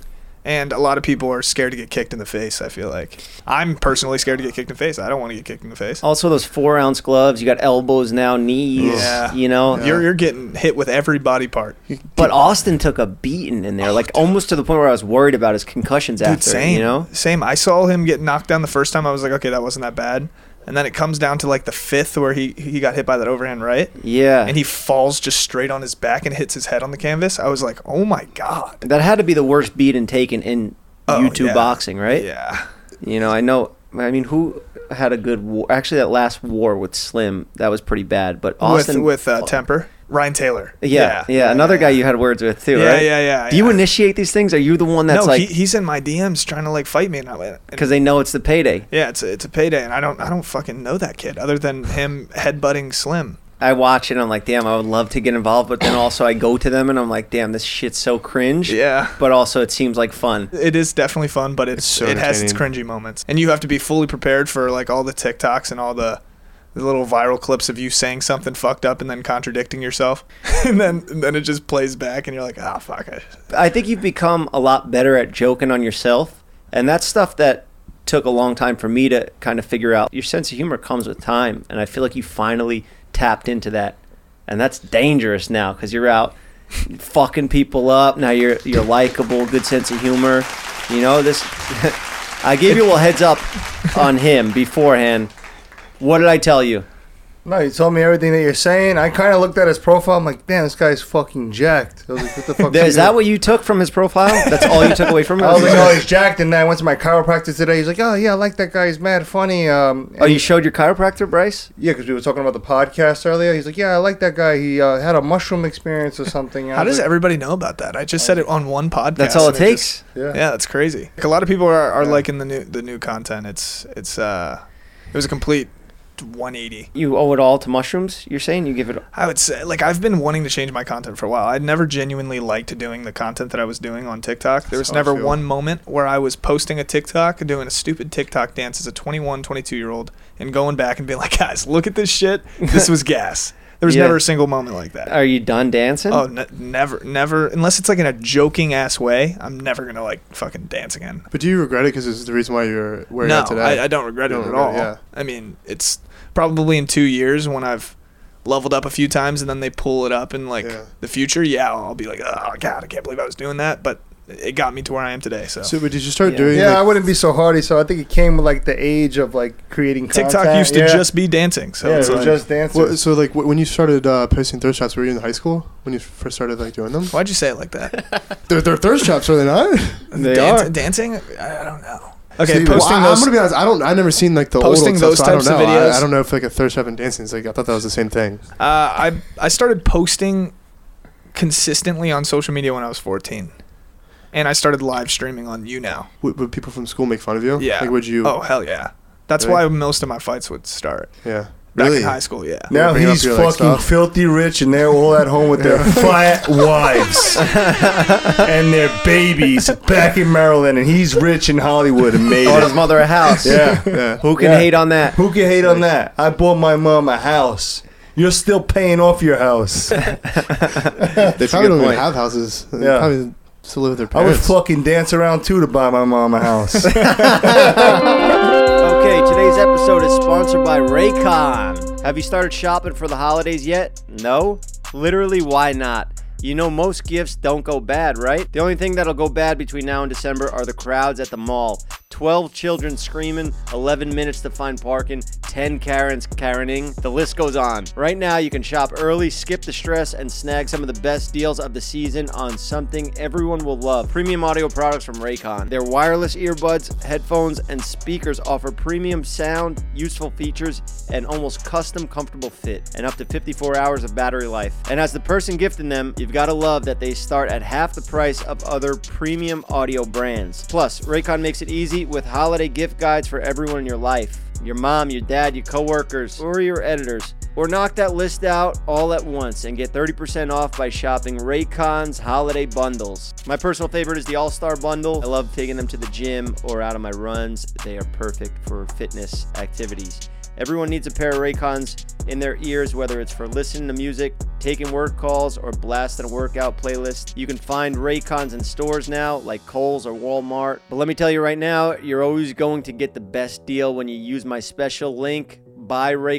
and a lot of people are scared to get kicked in the face. I feel like I'm personally scared to get kicked in the face. I don't want to get kicked in the face.
Also, those four ounce gloves. You got elbows now, knees.
Yeah.
You know.
You're you're getting hit with every body part.
But Austin took a beating in there, like
Oh,
almost to the point where I was worried about his concussions
Dude,
after.
same.
You know.
Same. I saw him get knocked down the first time. I was like, okay, that wasn't that bad. And then it comes down to like the fifth where he he got hit by that overhand right.
Yeah.
and he falls just straight on his back and hits his head on the canvas. I was like, oh my god.
that had to be the worst beating taken in
Oh,
YouTube
yeah.
boxing, right?
Yeah.
You know, I know. I mean, who had a good war? Actually, that last war with Slim, that was pretty bad. But Austin
with with uh, temper. Ryan Taylor.
Yeah, yeah, another guy you had words with too,
Yeah,
right?
yeah, yeah,
Do you
yeah.
initiate these things? Are you the one that's
no, he,
like
he's in my DMs trying to like fight me and I went.
because they know it's the payday?
yeah, it's a, it's a payday, and I don't I don't fucking know that kid other than him headbutting Slim.
I watch it. I'm like, damn, I would love to get involved, but then also I go to them and I'm like, damn, this shit's so cringe.
Yeah.
But also, it seems like fun.
It is definitely fun, but it's,
It's so
it has its cringy moments, and you have to be fully prepared for like all the TikToks and all the, the little viral clips of you saying something fucked up and then contradicting yourself, and then and then it just plays back, and you're like, ah, fuck, I,
I think you've become a lot better at joking on yourself, and that's stuff that took a long time for me to kind of figure out. Your sense of humor comes with time, and I feel like you finally tapped into that, and that's dangerous now because you're out fucking people up. Now you're you're likable, good sense of humor. You know this. I gave you a little heads up on him beforehand. What did I tell you?
no, you told me everything that you're saying. I kind of looked at his profile. I'm like, damn, this guy's fucking jacked. I was like, what the fuck?
Is that what you took from his profile? That's all you took away from him?
I was like, oh, he's jacked. And then I went to my chiropractor today. He's like, oh yeah, I like that guy. He's mad funny. Um,
oh, you showed your chiropractor, Bryce?
Yeah, because we were talking about the podcast earlier. He's like, "Yeah, I like that guy. He uh, had a mushroom experience or something." And I
How
was
does
like,
everybody know about that? I just said it on one podcast.
That's all it
and
takes.
just-
Yeah.
yeah, that's crazy. Like, a lot of people are, are
Yeah.
liking the new the new content. It's it's uh, it was a complete 180.
You owe it all to mushrooms. You're saying you give it.
I would say like I've been wanting to change my content for a while. I'd never genuinely liked doing the content that I was doing on TikTok. There
Oh,
was
how I
never
feel.
one moment where I was posting a TikTok and doing a stupid TikTok dance as a 21, 22 year old and going back and being like, guys, look at this shit. This was gas. There was
Yeah.
never a single moment like that.
Are you done dancing?
Oh, ne- never, never. Unless it's like in a joking ass way, I'm never gonna like fucking dance again.
But do you regret it? Because it's the reason why you're where you're
No,
at today.
I, I don't regret
You
it
don't
at
regret
all.
it, yeah.
I mean, it's probably in two years when I've leveled up a few times and then they pull it up in like
Yeah.
the future. Yeah, I'll be like, oh god, I can't believe I was doing that, but it got me to where I am today. So,
So, but did you start
Yeah.
doing?
yeah, I
like,
wouldn't be so hardy. So I think it came with like the age of like creating
TikTok
content.
used to
yeah.
just be dancing. So
yeah,
it's
it was
like,
just dancers.
what, so like wh- when you started uh, posting thirst traps, were you in high school when you first started like doing them?
why'd you say it like that?
They're, they're thirst traps, are they not?
They
Dance-
are.
dancing. I I don't know. Okay,
Steven.
posting
well, I, am
those.
gonna be honest. I don't. I never seen like the old
Posting
old
those
stuff, so
types
I
of
don't know. I- I,
videos.
don't know if like a third seven dancing. Is, like I thought that was the same thing.
uh, I I started posting consistently on social media when I was 14, and I started live streaming on YouNow.
Would, would people from school make fun of you?
Yeah.
Like would you?
Oh hell yeah! That's
Really?
why most of my fights would start
Yeah.
back
Really?
in high school. Yeah.
Now
Bring up
he's
your,
fucking
like, stuff.
filthy rich, and they're all at home with their fat wives and their babies back in Maryland, and he's rich in Hollywood and made
Bought his
it.
mother a house.
Yeah.
Yeah.
Who can
Yeah.
hate on that?
Who can hate on that? I bought my mom a house. You're still paying off your house.
They
a
probably
good
don't even
point.
have houses. They
Yeah.
probably still live with their
I would
parents.
fucking dance around too to buy my mom a house.
Okay, today's episode is sponsored by Raycon. Have you started shopping for the holidays yet? No? Literally, why not? You know, most gifts don't go bad, right? The only thing that'll go bad between now and December are the crowds at the mall. 12 children screaming, 11 minutes to find parking, 10 Karens Karening. The list goes on. Right now, you can shop early, skip the stress, and snag some of the best deals of the season on something everyone will love premium audio products from Raycon. Their wireless earbuds, headphones, and speakers offer premium sound, useful features, and almost custom comfortable fit, and up to 54 hours of battery life. And as the person gifting them, you've got to love that they start at half the price of other premium audio brands. Plus, Raycon makes it easy with holiday gift guides for everyone in your life your mom, your dad, your coworkers, or your editors. Or knock that list out all at once and get 30% off by shopping Raycon's holiday bundles. My personal favorite is the All Star Bundle. I love taking them to the gym or out on my runs. They are perfect for fitness activities. Everyone needs a pair of Raycons in their ears, whether it's for listening to music, taking work calls, or blasting a workout playlist. You can find Raycons in stores now, like Kohl's or Walmart. But let me tell you right now, you're always going to get the best deal when you use my special link,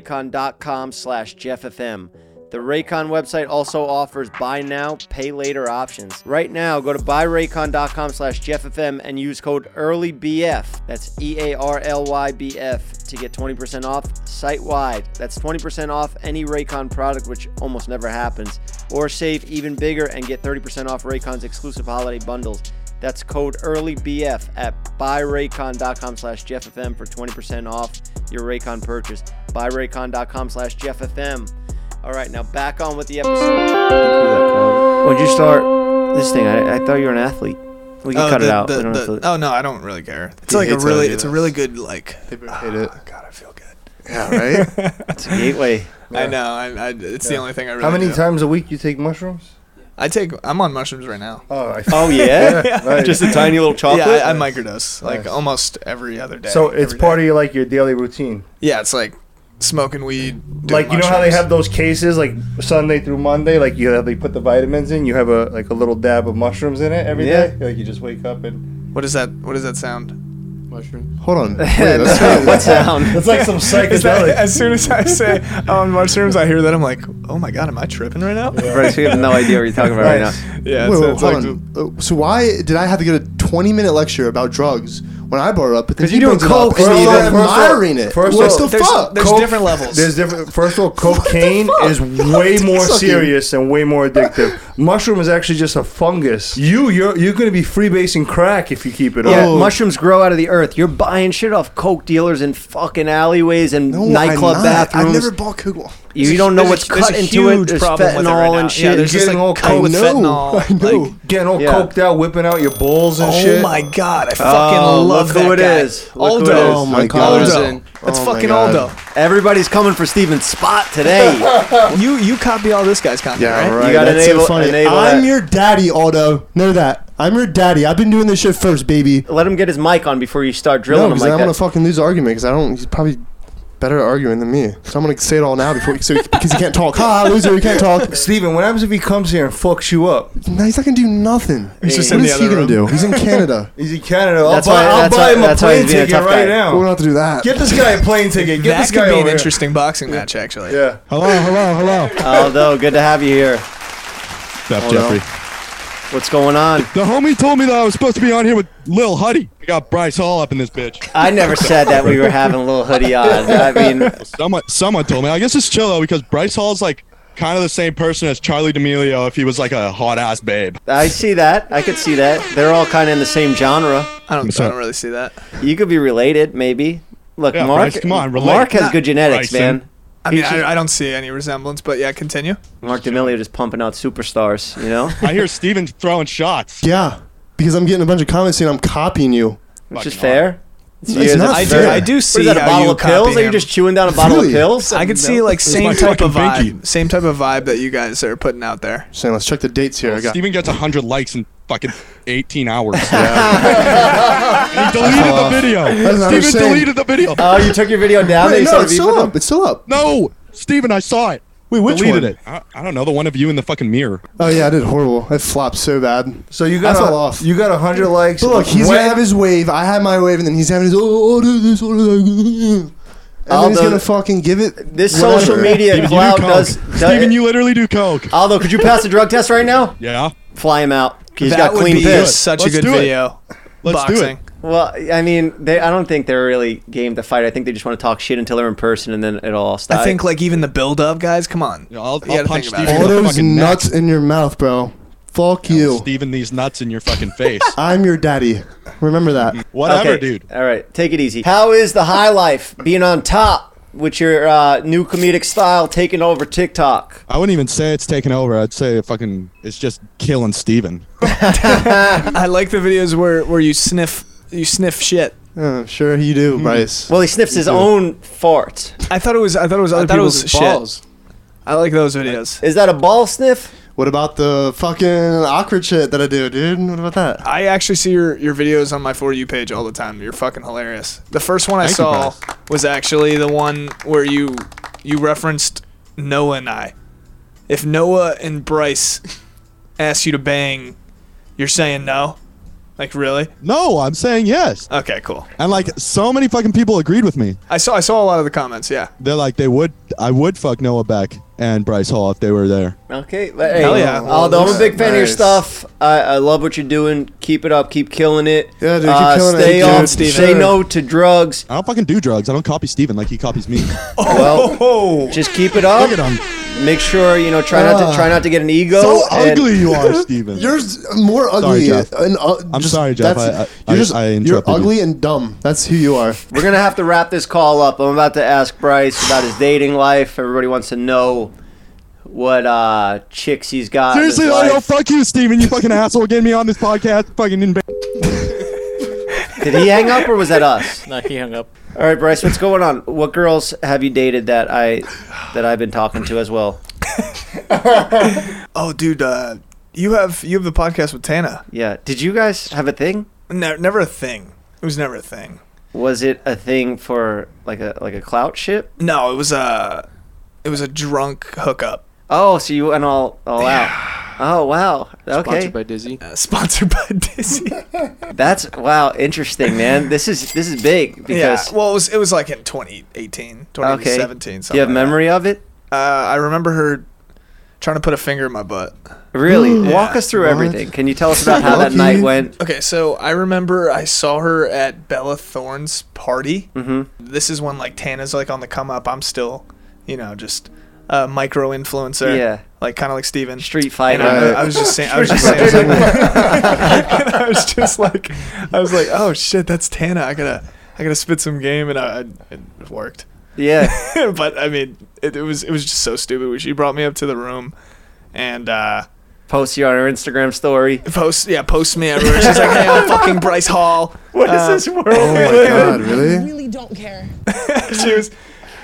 buyraycon.com slash jefffm. The Raycon website also offers buy now, pay later options. Right now, go to buyraycon.com slash jefffm and use code EARLYBF, that's E E-A-R-L-Y-B-F, to get 20% off site-wide. That's 20% off any Raycon product, which almost never happens. Or save even bigger and get 30% off Raycon's exclusive holiday bundles. That's code EARLYBF at buyraycon.com slash jefffm for 20% off your Raycon purchase. Buyraycon.com slash jefffm. All right, now back on with the episode. When'd you start this thing? I, I thought you were an athlete. We can
Oh,
cut it
the-
out.
the-
We don't have
the-
to-
oh no, I don't really care. It's
He
like a
hates when I
really,
do Oh,
it's a
this.
really good like.
They better hate it.
God, I feel good.
Yeah. Right.
It's a gateway.
I know. I, I, it's the only thing I really.
How many
do.
times a week you take mushrooms?
I take. I'm on mushrooms right now.
Oh, I
Oh yeah,
nice.
just a tiny little chocolate.
Yeah, I, I microdose like
Nice.
almost every other day.
so it's
every
part
day.
of your like your daily routine.
Yeah, it's like smoking weed. doing
like you know how they
mushrooms.
have those cases like Sunday through Monday, like you have they put the vitamins in. You have a like a little dab of mushrooms in it every
Yeah.
day. Like you just wake up and
What is that? What is that sound?
Mushroom. Hold on. Wait, that's crazy.
what sound?
it's like some
Is that,
psychedelic.
as soon as I say I'm on mushrooms, I hear that I'm like, oh my god, am I tripping right now?
Right, so you have no idea what you're talking about
Nice.
right now.
Yeah,
Wait,
it's,
wait,
it's
hold
like
on. Uh, So why did I have to get a 20 minute lecture about drugs when I brought it up? But then
'Cause you do
brings it up
coke,
and you're
first of all- first of all-
admiring it.
first of
What's
all-
the
there's,
fuck?
there's
Coke-
different levels.
There's different. First of all, cocaine
fuck?
is way more
Sucking.
serious and way more addictive. Mushroom is actually just a fungus. You you're you're gonna be freebasing crack if you keep it
Yeah,
Oh.
up.
mushrooms grow out of the earth. You're buying shit off coke dealers in fucking alleyways and
No,
nightclub
I'm not.
bathrooms.
I've never bought coke.
you you don't know
There's a-
what's
there's
cut
a
into it.
huge
There's
problem with it
fentanyl
right now.
and
Yeah,
shit.
there's just
Getting
like
all
cut with
I know,
fentanyl.
I know.
Like,
Getting all
Yeah.
coked out, whipping out your balls and
oh
shit.
my god, I fucking
Oh,
love
look
that
who it
guy.
is. Look who
Aldo.
it is.
Oh my
Aldo.
God. Aldo.
That's
Oh my
fucking
God.
Aldo.
Everybody's coming for Steven's spot today.
You you copy all this guy's content,
Yeah,
right?
right.
gotta
That's
enable-
so funny.
enable
I'm
that.
your daddy, Aldo. Know that. I'm your daddy. I've been doing this shit first, baby.
Let him get his mic on before you start
No,
drilling him
because
like
I'm
that.
gonna fucking lose the argument because I don't. He's probably better at arguing than me. So I'm gonna say it all now before so, because he can't talk. Ha, loser, he can't talk.
Steven, what happens if he comes here and fucks you up?
No, he's not gonna do nothing.
He's just
what
in
is
the
he
other
gonna do?
room.
He's in Canada.
He's in Canada. I'll
That's
buy,
why-
I'll
that's
buy
why-
him a
that's why he's
plane
being a
ticket
tough guy.
right now.
We don't have to do that.
Get this guy a plane ticket. Get
that
this
could
guy
be
over
an
here.
interesting boxing match, actually.
Yeah.
Hello, hello, hello.
Although, good to have you here.
Stop,
Hold on.
Jeffrey.
What's going on?
The homie told me that I was supposed to be on here with Lil Huddy. I got Bryce Hall up in this bitch.
I never said that we were having a little hoodie on. I mean,
Someone, someone told me. I guess it's chill though because Bryce Hall's like kind of the same person as Charlie D'Amelio if he was like a hot ass babe.
I see that. I could see that. They're all kind of in the same genre.
I don't,
So-
I don't really see that.
You could be related, maybe. Look,
Yeah,
Mark.
Bryce, come on, relate.
Mark has
Not-
good genetics,
Bryson.
man.
I mean,
He's just-
I, I don't see any resemblance, but yeah, continue.
Mark D'Amelio just pumping out superstars. You know,
I hear Steven throwing shots.
Yeah, because I'm getting a bunch of comments saying I'm copying you.
which is
Fucking
fair.
It's not
I
That's
do,
fair.
I do
What
see
is that? A
how
bottle
you
of pills?
copy
Are you
him.
just chewing down a bottle
Really?
of pills?
I could see like
my
same type of
fucking
vibe,
pinky.
same type of vibe that you guys are putting out there.
So let's check the dates here. I got.
Steven gets 100 likes in fucking 18 hours. he deleted the
That's
video.
what I'm
Steven
saying. Uh,
deleted the video.
Oh, you took your video down. and
Wait,
you
no,
started
it's
beefing
still
with
up. It's still up.
No, Steven, I saw it.
Wait, which
deleted
one?
it. I, I don't know. The one of you in the fucking mirror.
Oh yeah, I did horrible. I flopped so bad.
So you
I
got
fell
a-
off.
you got a hundred likes.
But look, he's
When-
gonna have his wave. I have my wave, and then he's having his oh, oh do this, oh, do that. And then he's
Although-
gonna fucking give it.
This
whatever.
social media
Steven, you
cloud
do coke.
does. does
Steven, you literally do coke.
Aldo, could you pass a drug test right now?
Yeah.
Fly him out. He's
that
got
would
clean
be
piss.
such
Let's
a good
do it.
video.
Let's
Boxing.
do it.
Well, I mean, they, I don't think they're really game to fight. I think they just want to talk shit until they're in person, and then it all stops.
I think like even the build up, guys. Come on.
Yeah, I'll-
You
I'll
gotta
punch
think about
Steven.
it.
All those
Fucking
nuts
next.
in your mouth, bro. Fuck you.
Steven, these nuts in your fucking face.
I'm your daddy. Remember that.
Whatever, dude.
All right, take it easy. How is the high life being on top with your uh, new comedic style taking over TikTok?
I wouldn't even say it's taken over. I'd say fucking it's just killing Steven.
I like the videos where where you sniff you sniff shit.
Oh, sure you do, Bryce.
Well, he sniffs his own fart.
I thought it was I thought it was other
I thought it was
people's
his
shit.
balls.
I like those videos.
Is that a ball sniff?
What about the fucking awkward shit that I do, dude? What about that?
I actually see your, your videos on my for you page all the time. You're fucking hilarious. The first one I
Thank you,
saw was actually the one where you you referenced Noah and I. If Noah and Bryce ask you to bang, you're saying no. Like really?
No, I'm saying yes.
Okay, cool.
And like so many fucking people agreed with me.
I saw I saw a lot of the comments. Yeah.
They're like they would I would fuck Noah Beck and Bryce Hall if they were there.
Okay, but hey,
Hell yeah.
Although I'm a big fan of your
Nice.
stuff, I, I love what you're doing. Keep it up. Keep killing it.
Yeah, dude, keep
Uh,
killing it.
stay
Keep
off.
doing it, Steven.
Say
Sure.
no to drugs.
I don't fucking do drugs. I don't copy Steven like he copies me.
Well,
Oh.
just keep it up.
Look at him.
Make sure you know. Try not to try not to get an ego.
Ah. So
and-
ugly you are, Steven.
You're s- more ugly.
Jeff.
and, uh,
I'm
just-
sorry, Jeff.
that's-
I- I-
you're
I-
just
I
you're
interrupted you.
ugly and dumb. That's who you are.
We're gonna have to wrap this call up. I'm about to ask Bryce about his dating life. Everybody wants to know what uh chicks he's got. in his
Seriously, I
life.
fuck you, Steven, you fucking asshole getting me on this podcast. Fucking in-
Did he hang up or was that us?
No, he hung up.
All right, Bryce, what's going on? What girls have you dated that I that I've been talking to as well?
Oh, dude. Uh, you have you have the podcast with Tana.
Yeah. Did you guys have a thing?
No, never a thing. It was never a thing.
Was it a thing for like a like a clout ship?
No, it was a it was a drunk hookup
Oh, so you went all all out. Oh wow. Okay.
Sponsored by Dizzy.
uh, sponsored by Dizzy.
That's wow, interesting, man. This is this is big
yeah.
because
Well, it was it was like in 2018,
okay.
2017.
Do you have
something like
memory of it?
that. Uh, I remember her trying to put a finger in my butt.
Really?
Yeah.
Walk us through
What?
everything. Can you tell us about how that
Lucky.
night went?
Okay, so I remember I saw her at Bella Thorne's party.
Mhm.
This is when like Tana's like on the come up. I'm still, you know, just a micro influencer.
Yeah.
Like kind of like Steven.
Street
And
fighter.
I,
Right.
I was just saying, I was just saying something. and I was just like, I was like, oh shit, that's Tana. I gotta, I gotta spit some game, and I, I it worked.
Yeah.
but I mean, it, it was, it was just so stupid. She brought me up to the room, and uh,
Post you on her Instagram story.
post, yeah, post me everywhere. She's like, hey, I'm fucking Bryce Hall. Uh,
What is this world?
Oh my god, really?
really don't care.
she was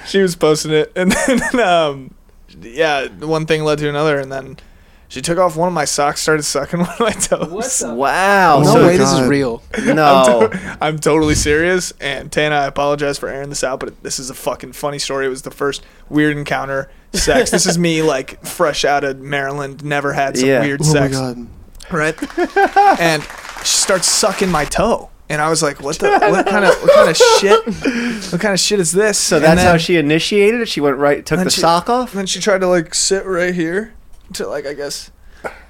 she was posting it and then um yeah one thing led to another and then she took off one of my socks started sucking one of my toes
Wow.
Oh
No
my
way, this
God.
is real.
so, no.
i'm totally serious and tana i apologize for airing this out but this is a fucking funny story it was the first weird encounter sex this is me like fresh out of maryland never had some
Yeah.
weird
Oh
sex
my god.
right? and she starts sucking my toe, and I was like, "What the? What kind of what kind of shit? What kind of shit is this?"
So
And
that's
then-
how she initiated it. She went right, took
then
the
she-
sock off.
And then she tried to like sit right here to like I guess,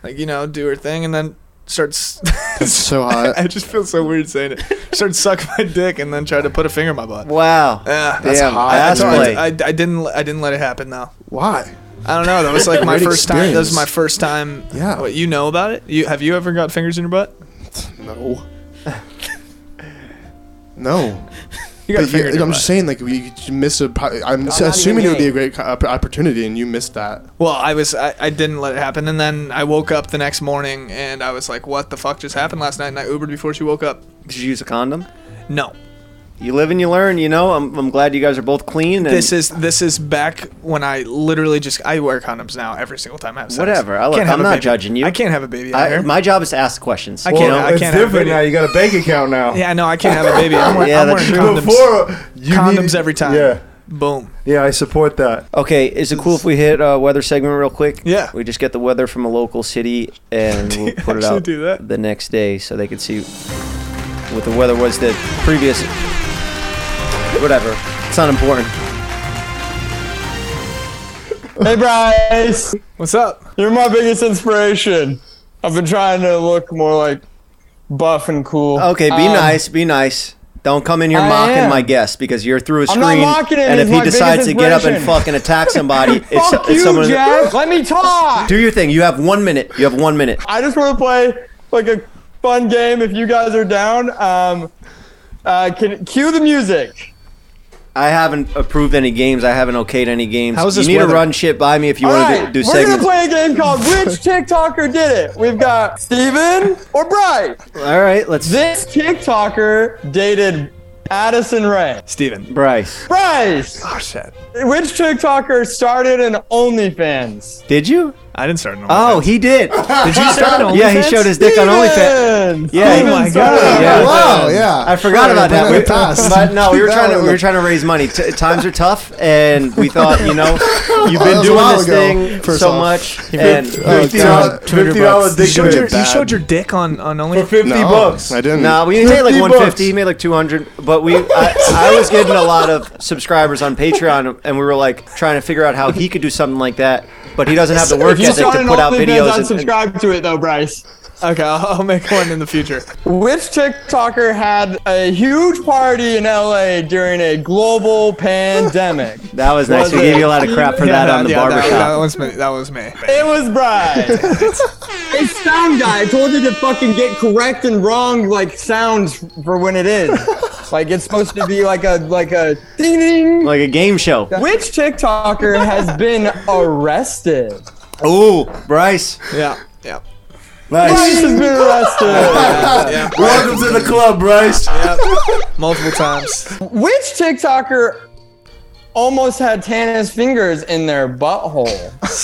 like you know, do her thing, and then starts.
That's so hot.
I just feel so weird saying it. Started sucking my dick, and then tried to put a finger in my butt.
Wow.
Yeah,
Damn,
I, I,
ass
don't-
play.
I, I didn't. I didn't let it happen though.
Why?
I don't know. That was like my
Great
first time. That was my
experience.
first time.
Yeah.
What, you know about it? You have you ever got fingers in your butt?
No. no.
You
But
got a
you-
finger in your
I'm
butt.
just saying, like, you, you missed a. po- I'm
not
assuming it
even
would be a great co- opp- opportunity, and you missed that.
Well, I was I, I didn't let it happen, and then I woke up the next morning and I was like, "What the fuck just happened last night?" And I Ubered before she woke up.
Did you use a condom?
No,
You live and you learn. You know. I'm, I'm glad you guys are both clean. And
this is this is back when I literally just I wear condoms now every single time I have sex.
Whatever, I look-
Can't have
I'm
a
not
baby.
judging you.
I can't have a baby. out
I,
here.
my job is to ask questions.
I
you
can't-
know?
I
it's
can't have
different
video.
now. You got a bank account now.
yeah, no, I can't have a baby. I'm, wearing
Yeah,
I'm
that's
wearing
true.
condoms.
Before you
condoms
needed-
every time.
Yeah,
Boom.
yeah, I support that.
Okay, is it cool if we hit a weather segment real quick?
Yeah.
We just get the weather from a local city and we'll put it
actually
out
do that?
the next day so they can see what the weather was the previous. Whatever. It's not important.
Hey, Bryce,
What's up?
you're my biggest inspiration. I've been trying to look more like buff and cool.
Okay, be
Um,
nice. Be nice. Don't come in here
I
mocking
am.
my guest because you're through a
I'm
screen.
not mocking him,
and if
he's
he
my biggest
decides to get up and
inspiration.
fucking attack somebody, it's,
Fuck
it's
you,
someone.
Jeff. Let me talk.
Do your thing. You have one minute. You have one minute.
I just want to play like a fun game. If you guys are down, um, uh, can cue the music.
I haven't approved any games. I haven't okayed any games.
How's
you
this
need to
weather?
run shit by me if you
All
want
right,
to do, do
we're gonna
segments.
play a game called Which TikToker Did It. We've got Steven or Bryce.
All right, let's.
This TikToker dated Addison Ray.
Steven.
Bryce,
Bryce,
Oh shit.
which TikToker started an OnlyFans?
did you?
I didn't start an
Oh,
OnlyFans.
he did. did
you start an
Yeah, he
OnlyFans?
showed his dick on OnlyFans.
Steven!
Yeah,
Steven
oh my
started
God.
an
Yeah.
Wow,
OnlyFans.
yeah.
I forgot about that.
We
We- But no, we were trying to we were trying to raise money. T- times are tough, and we thought, you know, you've
that
been
was a
doing
while
this
ago,
thing
first
so
off.
much, and
Oh,
Fifty
God,
dollar,
200
fifty dollar
bucks.
dick
You showed,
pic.
your, you
bad.
showed your dick on on
for
OnlyFans.
fifty
No,
bucks.
I didn't.
No, we made like
50
150,
bucks.
he made like 200, but we I, I was getting a lot of subscribers on Patreon and we were like trying to figure out how he could do something like that, but he doesn't have the work
If you
ethic
started
to
an
put out
OnlyFans,
videos
I'd
and, and
subscribe to it though, Bryce.
Okay, I'll, I'll make one in the future.
Which TikToker had a huge party in LA during a global pandemic?
that was nice. We
Was
gave
it-
you a lot of crap for that on the
yeah,
barbershop.
That, that was me. That was me.
It was Bryce. it's sound guy. I told you to fucking get correct and wrong like sounds for when it is. Like it's supposed to be like a like a ding ding.
like a game show.
Which TikToker has been arrested?
Ooh, Bryce.
Yeah, yeah.
Bryce
Nice.
has been arrested.
Welcome to the club, Bryce.
Multiple times.
Which TikToker almost had Tana's fingers in their butthole?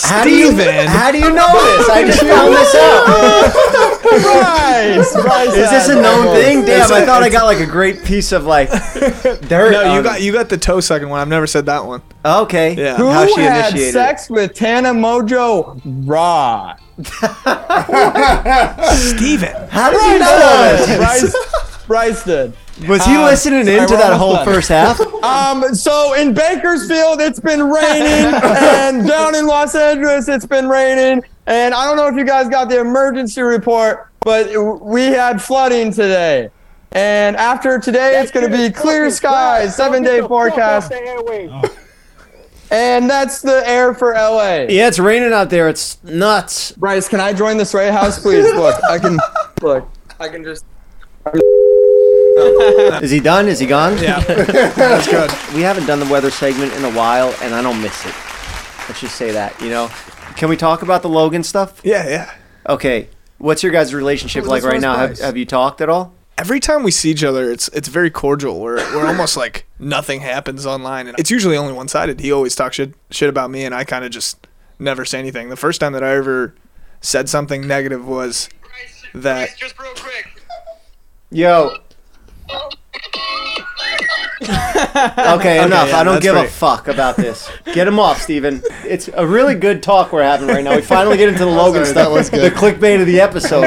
How do you
Steven.
how do you know this? I just found this out.
Bryce. Bryce
Is this
has
a known
butthole.
thing? Damn, I thought I got like a great piece of like dirt.
No, you
on
got you got the toe sucking one. I've never said that one.
Okay.
Yeah.
Who
How she
had
initiated it.
sex with Tana Mojo Raw?
Steven.
How did you know this?
Bryce, Bryce did.
Was he
Um,
listening
sorry,
into
we're
that
almost
whole
done.
first half?
Um, so in Bakersfield, it's been raining, and down in Los Angeles, it's been raining. And I don't know if you guys got the emergency report, but it- we had flooding today. And after today, it's going to be clear skies, seven day forecast. And that's the air for LA.
Yeah, it's raining out there. It's nuts.
Bryce, can I join the Sway House, please? Look, I can. Look, I can just.
Is he done? Is he gone?
Yeah, that's good.
We haven't done the weather segment in a while, and I don't miss it. Let's just say that, you know? Can we talk about the Logan stuff?
Yeah, yeah.
Okay. What's your guys' relationship like
this
right
one's
now? Have,
nice.
have you talked at all?
Every time we see each other, it's it's very cordial. We're we're almost like nothing happens online, and it's usually only one sided. He always talks shit shit about me, and I kind of just never say anything. The first time that I ever said something negative was that
Just real quick.
Yo. okay, enough.
yeah,
I don't
that's
give a
right.
fuck about this. Get him off, Steven. It's a really good talk we're having right now. We finally get into the Logan
sorry,
stuff,
that was
the
good.
clickbait of the episode,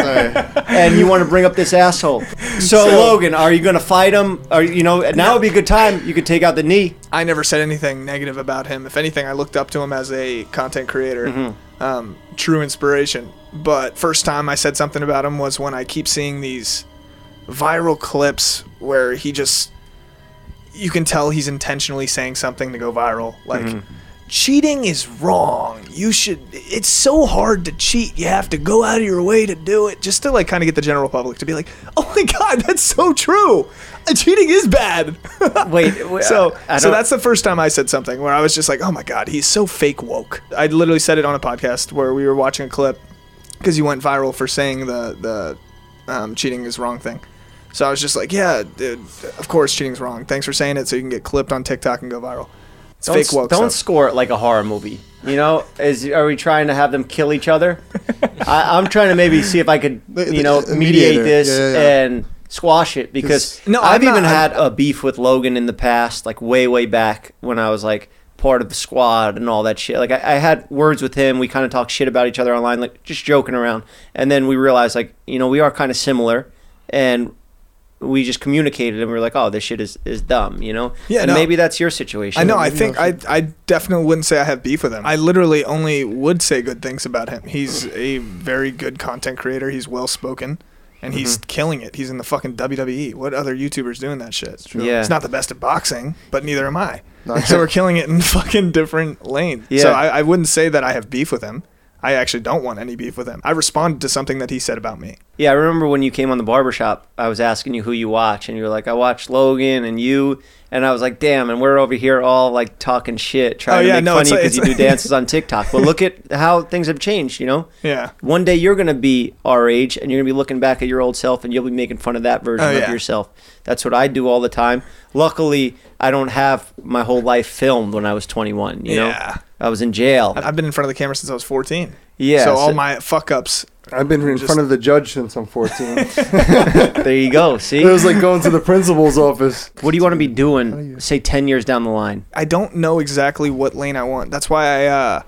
and you want to bring up this asshole. So, Logan, are you going to fight him? Are you know now would be a good time. You could take out the knee.
I never said anything negative about him. If anything, I looked up to him as a content creator, um, true inspiration. But first time I said something about him was when I keep seeing these viral clips where he just, you can tell he's intentionally saying something to go viral, like cheating is wrong. You should. It's so hard to cheat. You have to go out of your way to do it, just to like kind of get the general public to be like, "Oh my god, that's so true. Uh, Cheating is bad."
Wait, wait,
so
I- I
so
don't-
that's the first time I said something where I was just like, "Oh my god, he's so fake woke." I literally said it on a podcast where we were watching a clip because you went viral for saying the the um, cheating is wrong thing. So I was just like, "Yeah, dude, of course cheating's wrong. Thanks for saying it, so you can get clipped on TikTok and go viral." It's
don't,
fake woke.
don't
stuff.
score it like a horror movie. You know, is are we trying to have them kill each other? I, I'm trying to maybe see if I could,
The-
you know,
the- the
mediate
mediator.
this
Yeah, yeah, yeah.
and squash it because
'Cause- No,
I've
I'm not-
even
I'm-
had a beef with Logan in the past, like way way back when I was like part of the squad and all that shit. Like I, I had words with him. We kind of talked shit about each other online, like just joking around, and then we realized like you know we are kind of similar and. We just communicated and we were like, "Oh, this shit is, is dumb," you know.
Yeah,
and
no.
maybe that's your situation.
I know. I
even
think
know
I, I definitely wouldn't say I have beef with him. I literally only would say good things about him. He's a very good content creator. He's well spoken, and he's killing it. He's in the fucking WWE. What other YouTubers doing that shit? It's
true. Yeah.
He's not the best at boxing, but neither am I. so we're killing it in fucking different lanes.
Yeah.
So I, I wouldn't say that I have beef with him. I actually don't want any beef with him. I responded to something that he said about me.
Yeah, I remember when you came on the barbershop, I was asking you who you watch, and you were like, I watch Logan and you. And I was like, damn, and we're over here all like talking shit, trying
Oh,
to
yeah,
make
no,
fun of
it's
you
like-
because you do
it's-
dances on TikTok. But look at how things have changed, you know?
Yeah.
One day you're going to be our age and you're going to be looking back at your old self and you'll be making fun of that version
Oh,
of
yeah.
yourself. That's what I do all the time. Luckily, I don't have my whole life filmed when I was 21, you
Yeah.
know? I was in jail.
I- I've been in front of the camera since I was 14.
Yeah,
So all
so-
my fuck ups.
I've been in front of the judge since I'm 14. it
there you go. See?
was like going to the principal's office.
what do you want to be
Oh,
doing, say, 10 years down the line?
I don't know exactly what lane I want. That's why I uh,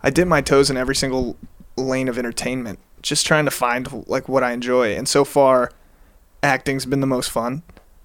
I dip my toes in every single lane of entertainment, just trying to find like what I enjoy. And so far, acting's been the most fun.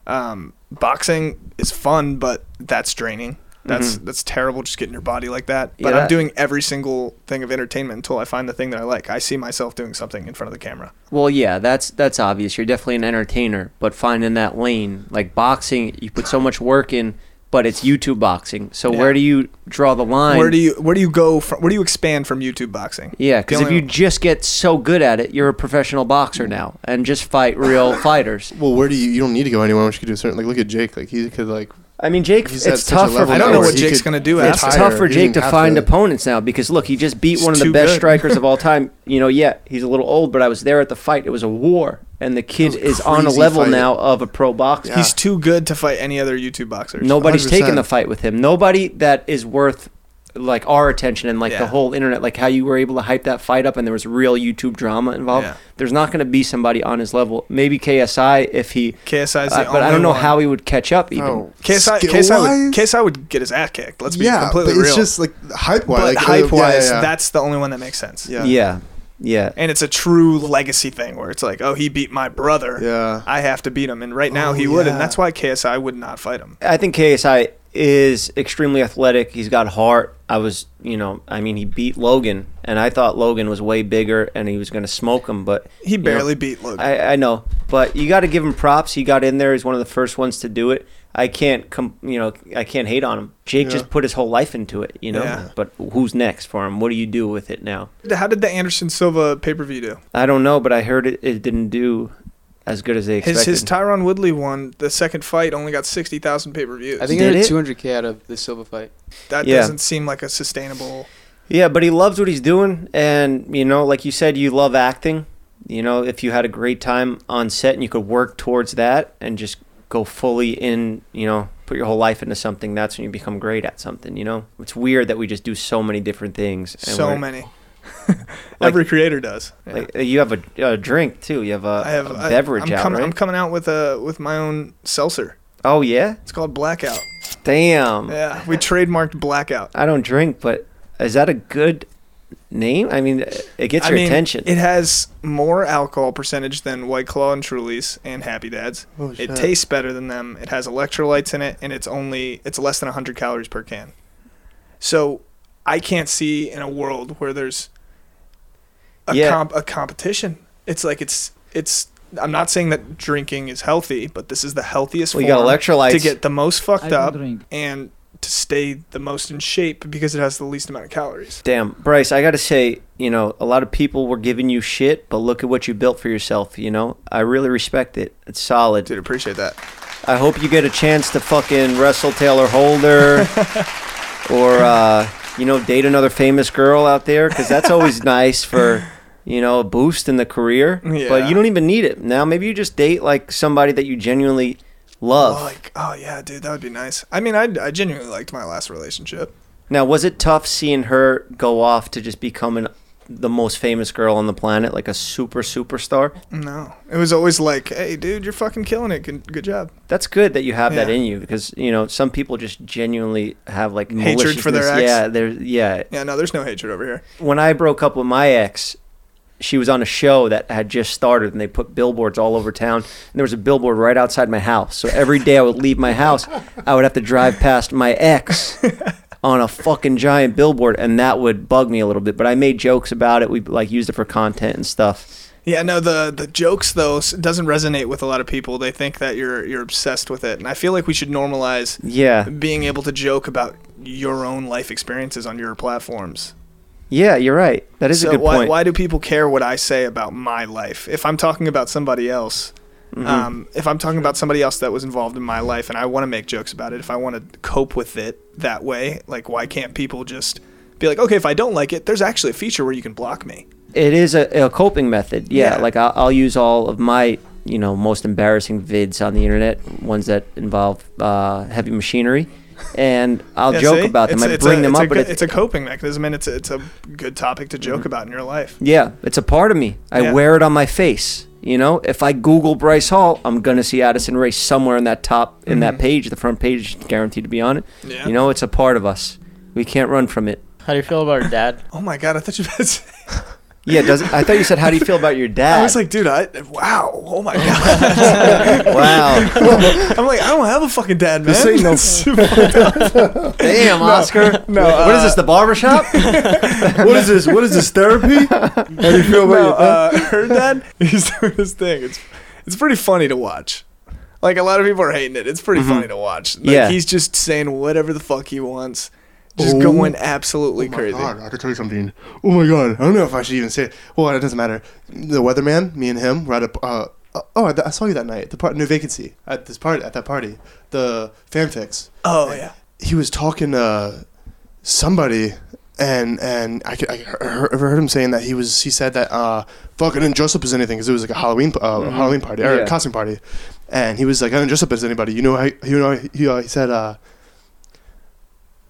Um, boxing is fun, but that's draining. That's that's terrible, just getting your body like that. But
Mm-hmm. Yeah.
I'm doing every single thing of entertainment until I find the thing that I like. I see myself doing something in front of the camera.
Well, yeah, that's that's obvious. You're definitely an entertainer, but finding that lane, like boxing, you put so much work in, but it's YouTube boxing. So where
Yeah.
do you draw the line?
where do you where do you go from? Where do you expand from YouTube boxing?
Yeah,
The
because if
only-
you just get so good at it, you're a professional boxer
Mm.
now, and just fight real fighters.
Well, where do you? You don't need to go anywhere. Once you could do a certain. Like, look at Jake. Like, he could like.
I mean, Jake,
He's
it's
at such a
tough for
level
I don't know
where
what
he
Jake's
could
gonna do
retire.
it's tough for
He
Jake
doesn't
to
have
find opponents now because look, he just beat
He's
one of the
too
best
good.
strikers of all time. You know, yeah, he's a little old, but I was there at the fight. It was a war, and the kid is on a
crazy
level
fight.
now of a pro boxer.
He's too good to fight any other YouTube boxers.
Nobody's taking
100%.
the fight with him. Nobody that is worth like our attention and like the
Yeah.
whole internet, like how you were able to hype that fight up and there was real YouTube drama involved.
Yeah.
There's not going to be somebody on his level. Maybe KSI if he.
KSI is the
uh, but I
only
don't know
one.
how he would catch up even.
Oh,
KSI,
skill
KSI, would,
wise?
KSI would get his ass kicked. Let's be
yeah,
completely
but
real.
it's just like hype wise.
but
like, uh,
hype wise,
yeah, yeah, yeah.
that's the only one that makes sense.
yeah.
Yeah. Yeah.
And it's a true legacy thing where it's like, oh, he beat my brother.
Yeah.
I have to beat him. And right now
Oh,
he would.
yeah.
And that's why KSI would not fight him.
I think KSI is extremely athletic. He's got heart. I was, you know, I mean, he beat Logan, and I thought Logan was way bigger and he was going to smoke him, but
He
you know,
barely beat Logan.
I, I know, but you got to give him props. He got in there. He's one of the first ones to do it. I can't, com- you know, I can't hate on him. Jake just put his whole life into it, you know.
Yeah.
But who's next for him? What do you do with it now?
how did the Anderson Silva pay per view do?
I don't know, but I heard it, it didn't do as good as they expected.
His his Tyron Woodley one, the second fight, only got sixty thousand pay per views.
I think
Did
I
it?
had 200k out of the Silva fight.
that
yeah.
doesn't seem like a sustainable.
Yeah, but he loves what he's doing, and you know, like you said, you love acting. You know, if you had a great time on set and you could work towards that and just go fully in, you know, put your whole life into something, that's when you become great at something. You know, it's weird that we just do so many different things. and
so
we're-
many. Every creator does. Yeah.
Like, uh, you have a, a drink too. You have a,
I have
a
I-
beverage
I'm
out,
coming-
right?
I'm coming out with a with my own seltzer.
oh yeah,
It's called Blackout.
damn.
Yeah, we trademarked Blackout.
I don't drink, but is that a good name? I mean, it gets
I
your
mean,
attention.
It has more alcohol percentage than White Claw and Truly's and Happy Dads.
Oh,
it
shit.
tastes better than them. It has electrolytes in it, and it's only it's less than 100 calories per can. So I can't see in a world where there's a
Yeah.
comp a competition. It's like it's it's. I'm not saying that drinking is healthy, but this is the healthiest
we
form
got electrolytes.
to get the most fucked
I don't
up
drink.
and to stay the most in shape because it has the least amount of calories.
Damn, Bryce, I got to say, you know, a lot of people were giving you shit, but look at what you built for yourself, you know? I really respect it. It's solid.
Dude, appreciate that.
I hope you get a chance to fucking wrestle Taylor Holder or, uh, you know, date another famous girl out there because that's always nice for, you know, a boost in the career. But
Yeah.
you don't even need it now. Maybe you just date like somebody that you genuinely love.
Like, oh yeah, dude, that would be nice. I mean, I, I genuinely liked my last relationship.
Now, was it tough seeing her go off to just become an, the most famous girl on the planet, like a super superstar?
No, it was always like, hey, dude, you're fucking killing it. Good, good job.
That's good that you have that
Yeah.
in you because you know some people just genuinely have like
Hatred for their
maliciousness.
ex?
Yeah, there's yeah.
Yeah, no, there's no hatred over here.
When I broke up with my ex, she was on a show that had just started, and they put billboards all over town. And there was a billboard right outside my house. So every day I would leave my house, I would have to drive past my ex on a fucking giant billboard, and that would bug me a little bit. But I made jokes about it. We like used it for content and stuff.
Yeah, no, the the jokes though s- doesn't resonate with a lot of people. They think that you're you're obsessed with it, and I feel like we should normalize
Yeah,
being able to joke about your own life experiences on your platforms.
yeah, you're right. That is
so
a good
why,
point.
why do people care what I say about my life? If I'm talking about somebody else,
Mm-hmm.
um, if I'm talking about somebody else that was involved in my life and I want to make jokes about it, if I want to cope with it that way, like why can't people just be like, okay, if I don't like it, there's actually a feature where you can block me.
it is a, a coping method. Yeah,
Yeah.
like I'll, I'll use all of my you know most embarrassing vids on the internet, ones that involve uh, heavy machinery, and I'll
Yeah,
joke
see?
about them.
It's-
I
it's
bring
a-
them
it's
up,
a
but
good-
it's, Mm-hmm.
it's a coping mechanism and it's a, it's a good topic to joke about in your life.
yeah, it's a part of me. I
Yeah.
wear it on my face. You know, if I Google Bryce Hall, I'm gonna see Addison Ray somewhere in that top in that page, the front page, guaranteed to be on it.
Mm-hmm. Yeah.
You know, it's a part of us. We can't run from it.
How do you feel about her dad?
Oh my god, I thought you. Was,
Yeah, does I thought you said how do you feel about your dad?
I was like, dude, I wow. Oh my god.
wow,
I'm like, I don't have a fucking dad, man.
This ain't no-
damn, Oscar. No, what
uh,
is this? The barbershop?
What is this? What is this therapy? How do you feel about your
no,
dad?
uh, her dad. He's doing his thing. It's it's pretty funny to watch. Like a lot of people are hating it. It's pretty funny to watch. Like,
Mm-hmm. Yeah.
he's just saying whatever the fuck he wants, just going absolutely
Oh my
crazy.
God, I have to tell you something. Oh my god, I don't know if I should even say it. Well, it doesn't matter. The weatherman, me and him, were at a. Uh, oh, I, I saw you that night. The part, no vacancy at this party at that party. The fanfics.
Oh yeah.
He was talking to somebody, and and I, could, I heard, heard him saying that he was. He said that uh, fuck, I didn't dress up as anything because it was like a Halloween uh, Halloween party or
Yeah.
a costume party, and he was like, I didn't dress up as anybody. You know, I, you know, he, uh, he said. Uh,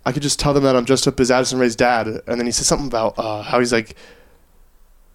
I could just tell them that I'm dressed up as Addison Ray's dad. And then he said something about uh, how he's like,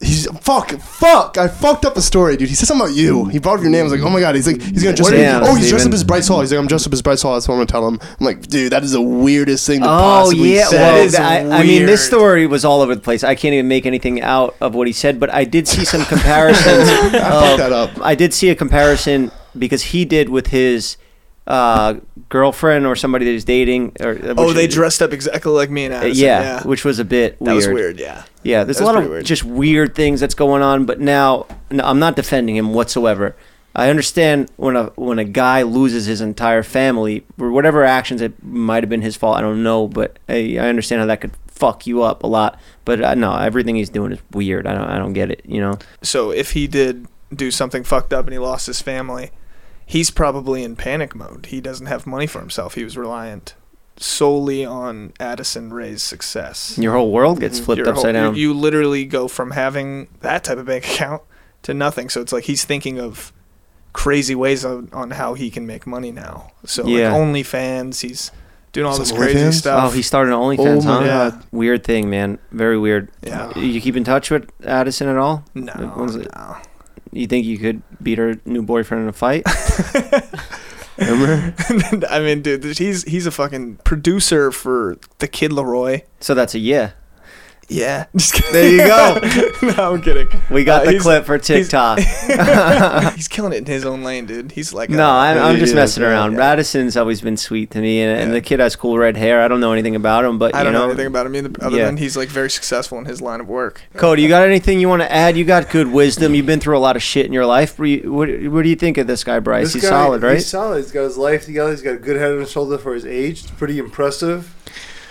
he's fuck, fuck. I fucked up the story, dude. He said something about you. He brought up your name. I was like, oh my god. He's like, he's gonna dress up.
Damn,
oh, he's dressed up
Steven.
as Bryce Hall. He's like, I'm dressed up as Bryce Hall. That's what I'm gonna tell him. I'm like, dude, that is the weirdest thing to
Oh
possibly
yeah,
say.
That
well,
is
th- I, I mean, this
weird.
story was all over the place. I can't even make anything out of what he said, but I did see some comparisons.
I
of-
fucked that up.
I did see a comparison because he did with his uh, girlfriend or somebody that he's dating. Or, uh,
Oh,
which-
they dressed up exactly like me and
uh,
Addison.
yeah,
Yeah,
which was a bit
that
weird.
was weird. Yeah.
Yeah, there's
That
a
was
lot of
pretty weird.
just weird things that's going on. But now, no, I'm not defending him whatsoever. I understand when a when a guy loses his entire family or whatever actions it might have been his fault. I don't know, but I, I understand how that could fuck you up a lot. But uh, no, everything he's doing is weird. I don't I don't get it. You know?
So if he did do something fucked up and he lost his family, he's probably in panic mode. He doesn't have money for himself. He was reliant solely on Addison Ray's success.
Your whole world gets flipped
Mm-hmm. Your
upside
whole-
down.
You, you literally go from having that type of bank account to nothing. So it's like he's thinking of crazy ways on, on how he can make money now. So
Yeah.
like OnlyFans, he's doing all this
Some
crazy
OnlyFans?
stuff.
oh, he started an OnlyFans,
Oh my
huh?
God.
Weird thing, man. Very weird.
Yeah.
You keep in touch with Addison at all?
no,
Was it-
no.
You think you could beat her new boyfriend in a fight?
Remember?
I mean, dude, he's he's a fucking producer for the Kid Leroy.
so that's a yeah.
Yeah.
There you go.
no, I'm kidding.
We got
Uh,
the
he's-
clip for TikTok.
He's killing it in his own lane, dude. He's like,
No,
a,
I'm, I'm just
Yeah,
messing
yeah,
around.
yeah.
Radisson's always been sweet to me, and, and
Yeah.
the kid has cool red hair. I don't know anything about him, but
I
you
don't know,
know,
anything about him either, other
Yeah.
than he's like very successful in his line of work.
Cody, you got anything you want to add? You got good wisdom. You've been through a lot of shit in your life. What, do you- what, what do you think of this guy, Bryce?
This
he's
guy-
solid, right?
He's solid. He's got his life together. He's got a good head on his shoulder for his age. It's pretty impressive.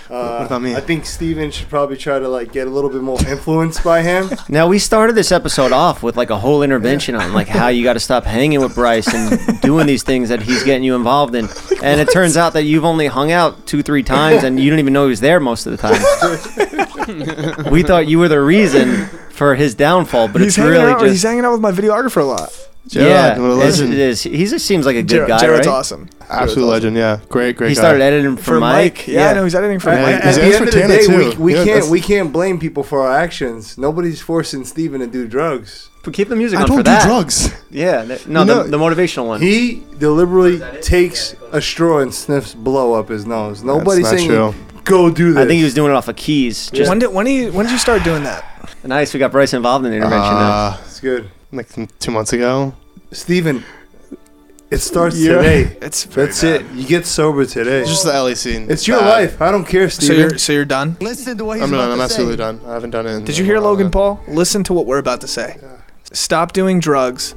Uh,
What about me?
I think Steven should probably try to like get a little bit more influenced by him.
now we started this episode off with like a whole intervention on like how you got to stop hanging with Bryce and doing these things that he's getting you involved in, and it turns out that you've only hung out two, three times, and you didn't even know he was there most of the time. we thought you were the reason for his downfall, but
he's
it's
hanging
really
out.
just
he's hanging out with my videographer a lot.
Gerard, what a
it's-
legend.
It is. He just seems like a good
Jared,
guy,
Jared's
right?
awesome. Jared's
Absolute
awesome.
legend. Yeah, great, great.
He
guy.
started editing for,
For Mike, yeah, no, he's editing for
Yeah,
Mike.
he's
At the
asked
end
for
of the
Tana,
day,
too.
we, we
Yeah,
can't
that's-
we can't blame people for our actions. Nobody's forcing Steven to do drugs.
But keep the music
I
on
don't
for
do
that.
drugs.
Yeah, th- no,
You know-
the, the motivational one.
He deliberately takes a straw and sniffs blow up his nose. Nobody's
That's
saying
not
go do this.
I think he was doing it off of keys. Just
when did when did you, when did you start doing that?
nice. We got Bryce involved in the intervention now.
Uh,
It's good.
like some- two months ago.
Steven, it starts
Yeah.
today.
It's very
That's
bad.
it. You get sober today.
It's just the LA scene.
It's your
Bad.
life. I don't care,
So
Steven.
you're so you're done.
Listen to what
I'm done. I'm absolutely done. I haven't done it. in
Did
a
you hear
while.
Logan Paul? Listen to what we're about to say. Stop doing drugs.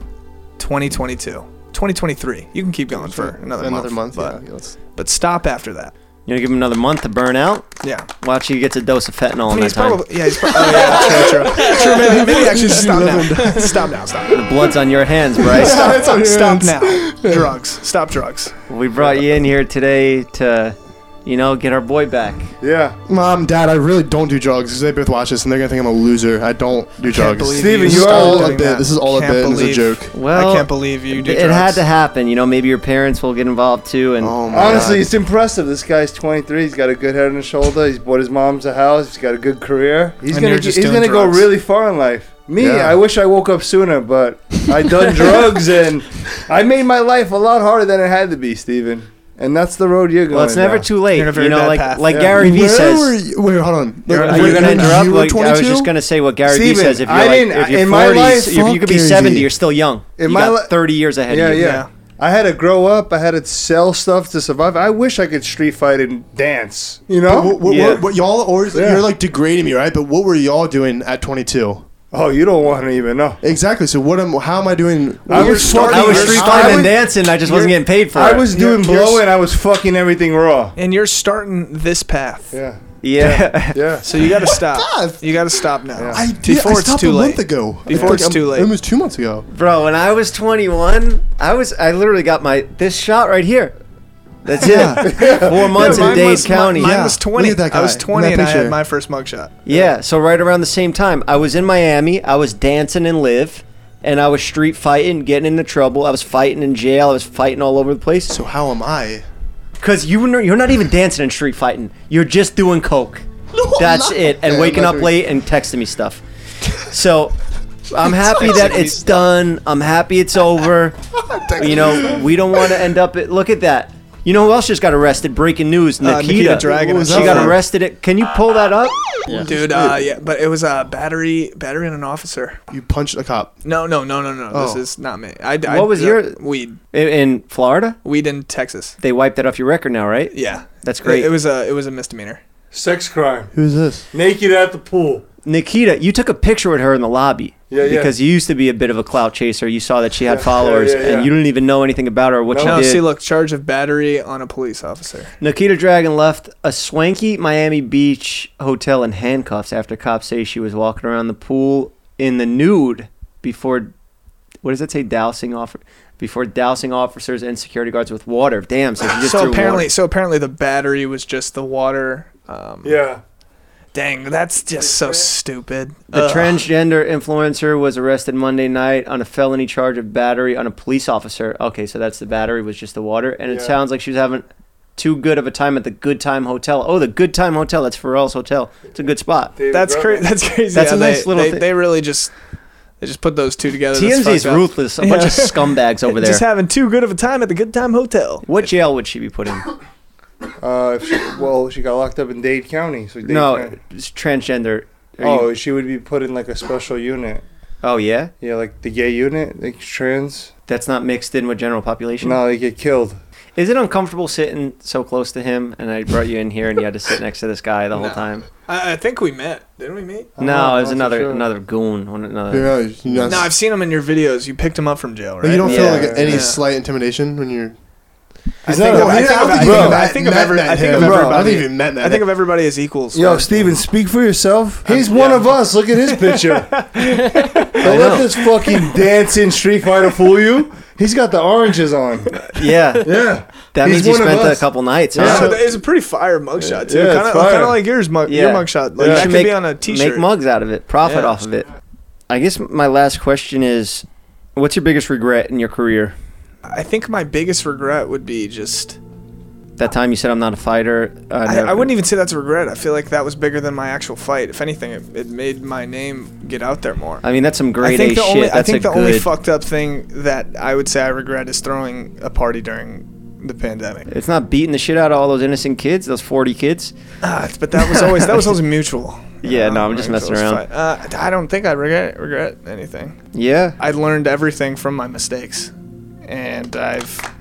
2022, 2023. You can keep going for another,
Another month.
but,
yeah, let's-
but stop after that.
You gonna give him another month to burn out?
Yeah.
Watch he gets a dose of fentanyl
I mean,
in that
he's
time.
probably yeah. He's probably, oh, yeah, true, true. True, maybe, maybe actually just stop now. Stop now. Stop.
the blood's on your hands, Bryce.
Stop, stop now. Drugs. Stop drugs.
we brought you in here today to, you know, get our boy back.
yeah.
Mom, Dad, I really don't do drugs. 'cause They both watch this and they're gonna think I'm a loser. I don't do drugs.
believe
Steven,
this
you
is
are
all a
doing
bit.
that.
This is all a
Can't
bit. and It's a
believe-
joke.
Well,
I can't believe you do
it
drugs.
had to happen. You know, maybe your parents will get involved too, and
Oh my
Honestly,
God.
it's impressive. This guy's 23. He's got a good head on his shoulder. He's bought his mom's a house. He's got a good career. He's
And
gonna
you're
get-
just
he's
doing
gonna go
drugs.
really far in life. Me,
Yeah.
I wish I woke up sooner, but I done drugs and I made my life a lot harder than it had to be, Steven. And that's the road you're going.
well, it's never
down.
too late.
You're in a very
You know,
bad
like
path.
like
Yeah.
Gary Vee
Where
says.
were you? Wait, hold on.
You're-
Like,
Are you
when
gonna
you
interrupt?
were
Like, I was
22?
just gonna say what Gary Vee
Steven,
says. If you're
I
like,
didn't-
if you're
in my
40s,
life-
you, you could be
Fuck Gary
70,
Vee.
you're still young.
In
you
my
got
li-
30 years ahead
Yeah,
of you.
yeah,
Yeah.
I had to grow up. I had to sell stuff to survive. I wish I could street fight and dance. You know?
What, what,
Yeah.
what, what y'all always
Yeah.
you're like degrading me, right? But what were y'all doing at 22?
oh, you don't want to even know.
Exactly. So what am? How am I doing?
I was starting-
I was
You're-
street
I
fighting and
was-
dancing. I just wasn't
you're-
getting paid for
I
it.
was
You're-
doing
you're-
blow and I was fucking everything raw.
and you're starting this path.
Yeah,
yeah.
yeah.
So you got to stop.
path?
You got to stop now.
I did.
Before
I
it's
stopped
too
a
late.
month ago. I
Before
think
it's
I'm-
too late.
It was two months ago.
Bro, when I was 21, I was I literally got my this shot right here. That's it. Four months in
mine
Dade
was, mi-
County.
Mine
Yeah.
was
Look
20.
at that
I was
guy.
20
That
and I had
picture.
my first mugshot.
Yeah, so right around the same time, I was in Miami. I was dancing and live, and I was street fighting, getting into trouble. I was fighting in jail. I was fighting all over the place.
So how am I?
Cause you were- you're not even dancing and street fighting. You're just doing coke. That's it. And
Yeah,
waking
I'm
up
not
late and texting me stuff. So I'm happy that it's done. I'm happy it's over. You know, we don't want to end up. At, look at that. You know who else just got arrested? Breaking news:
Uh,
Nikita,
Nikita Dragon.
What was
She
that
got
for?
arrested. At, can you pull that up?
Dude, uh, yeah, but it was a battery, battery on an officer.
You punched a cop.
No, no, no, no, no. This
Oh.
is not me. I, I, uh,
What was your-
weed?
In, in Florida,
Weed in Texas.
they wiped that off your record now, right?
Yeah,
That's great.
It, it was a, it was a misdemeanor.
Sex crime,
Who's this?
naked at the pool.
Nikita, you took a picture with her in the lobby.
Yeah, yeah.
Because you used to be a bit of a clout chaser. You saw that she had
Yeah, yeah,
followers,
yeah, yeah.
and you didn't even know anything about her or what she
No,
Oh, did.
see, look, charge of battery on a police officer.
Nikita Dragon left a swanky Miami Beach hotel in handcuffs after cops say she was walking around the pool in the nude before what does that say dousing off before dousing officers and security guards with water. Damn, so she just
So
threw
apparently,
water.
so apparently, the battery was just the water. Um,
Yeah,
Dang, that's just so stupid.
the
Ugh.
transgender influencer was arrested Monday night on a felony charge of battery on a police officer. Okay, so that's the battery was just the water and it
Yeah.
sounds like she was having too good of a time at the Good Time Hotel. Oh, the Good Time Hotel. That's Pharrell's hotel. It's a good spot.
David
That's
Beckham.
crazy. That's crazy.
That's
how
a
they,
nice little
They,
thing.
they really just they just put those two together. That's
TMZ is
fucked up.
ruthless. A bunch
Yeah.
of scumbags over there.
Just having too good of a time at the Good Time Hotel.
what jail would she be put in?
Uh, if she, well, she got locked up in Dade County. So Dade
no,
County.
it's transgender
Oh, she would be put in like a special unit.
Oh yeah,
Yeah, like the gay unit, like trans.
that's not mixed in with general population.
No, they get killed.
Is it uncomfortable sitting so close to him? And I brought you in here, and you had to sit next to this guy the whole
No.
time.
I, I think we met. Didn't we meet?
not-
No, it was
not so
another
Uh-huh. sure.
another goon. One another.
Yeah, you- you
No, I've seen him in your videos. You picked him up from jail,
But
right?
you don't
Yeah.
feel like any
Yeah.
slight intimidation when you're.
I
He's
think
not
of-
a-
I
he's
think
not
of-
a
I think
bro.
of- I think of every- I think of
Bro, I
everybody.
I don't even met
I think of everybody as equals.
Yo,
man.
Steven, speak for yourself. He's one of us. Look at his picture. Don't
know.
let this fucking dancing Street Fighter fool you. He's got the oranges on.
Yeah,
Yeah.
that
He's
means you
one of
spent a
us.
couple nights.
Yeah,
Huh?
so that is a pretty fire mugshot too.
Yeah, it's
kind of,
fire.
kind of like yours, mug, your
Yeah.
mugshot. Like
Yeah.
that
You
could
should
be on a T-shirt.
Make mugs out of it. Profit
Yeah.
off of it. I guess my last question is, what's your biggest regret in your career?
I think my biggest regret would be just.
That time you said I'm not a fighter. uh,
I,
never-
I wouldn't even say that's a regret. I feel like that was bigger than my actual fight. If anything, it, it made my name get out there more.
I mean, that's some
I
great A
think the
shit.
only I
that's
think
a
the only
good-
fucked up thing that I would say I regret is throwing a party during the pandemic.
It's not beating the shit out of all those innocent kids, those 40 kids.
Ah, but that was always that was always mutual. you
Yeah, no, I'm just
It was
messing around.
fine. Uh, I don't think I regret regret anything.
Yeah.
I learned everything from my mistakes, and I've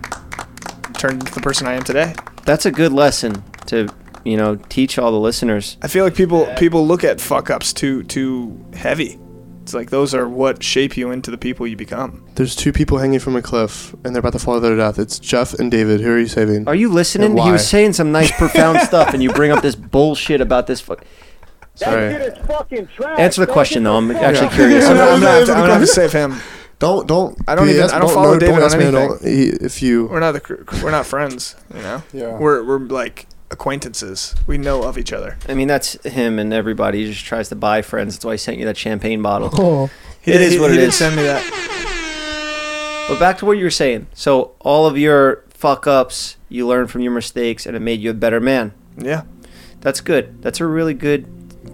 turned into the person I am today.
That's a good lesson to, you know, teach all the listeners.
I feel like people people look at fuck ups too too heavy. It's like those are what shape you into the people you become.
There's two people hanging from a cliff, and they're about to fall to their death. It's Jeff and David. Who are you saving?
Are you listening?
Yeah,
He
why?
was saying some nice, profound stuff, and you bring up this bullshit about this. Fu-
Sorry.
Answer the question, though. I'm actually curious.
I'm,
I'm
not- I'm
not
not-
even
I'm not gonna save him.
Don't don't.
I don't
be-
even-
ask-
I don't follow David on
ask me, I
anything.
don't- he- if you
We're not the, cr- we're not friends. You know,
Yeah.
we're we're like acquaintances. We know of each other.
I mean, that's him and everybody. He just tries to buy friends. That's why he sent you that champagne bottle.
He,
It is
he-
what
he
it
did
is.
Send me that.
But back to what you were saying. So all of your fuck ups, you learned from your mistakes, and it made you a better man.
Yeah.
That's good. That's a really good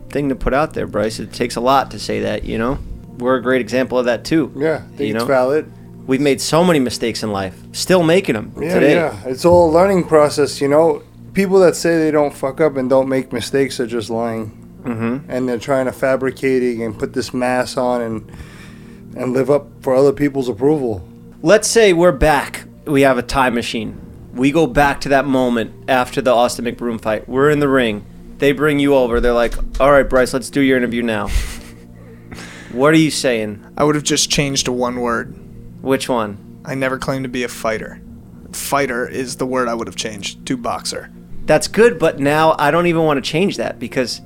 thing to put out there, Bryce. It takes a lot to say that, you know. We're a great example of that too.
Yeah, I think
You
it's
know?
valid.
We've made so many mistakes in life, still making them
Yeah,
today.
yeah. It's all a learning process, you know. People that say they don't fuck up and don't make mistakes are just lying,
Mm-hmm.
and they're trying to fabricating and put this mask on and and live up for other people's approval.
Let's say we're back. We have a time machine. We go back to that moment after the Austin McBroom fight. We're in the ring. They bring you over. They're like, "All right, Bryce, let's do your interview now." what are you saying?
I would have just changed to one word.
Which one?
I never claimed to be a fighter. Fighter is the word I would have changed to boxer.
That's good, but now I don't even want to change that because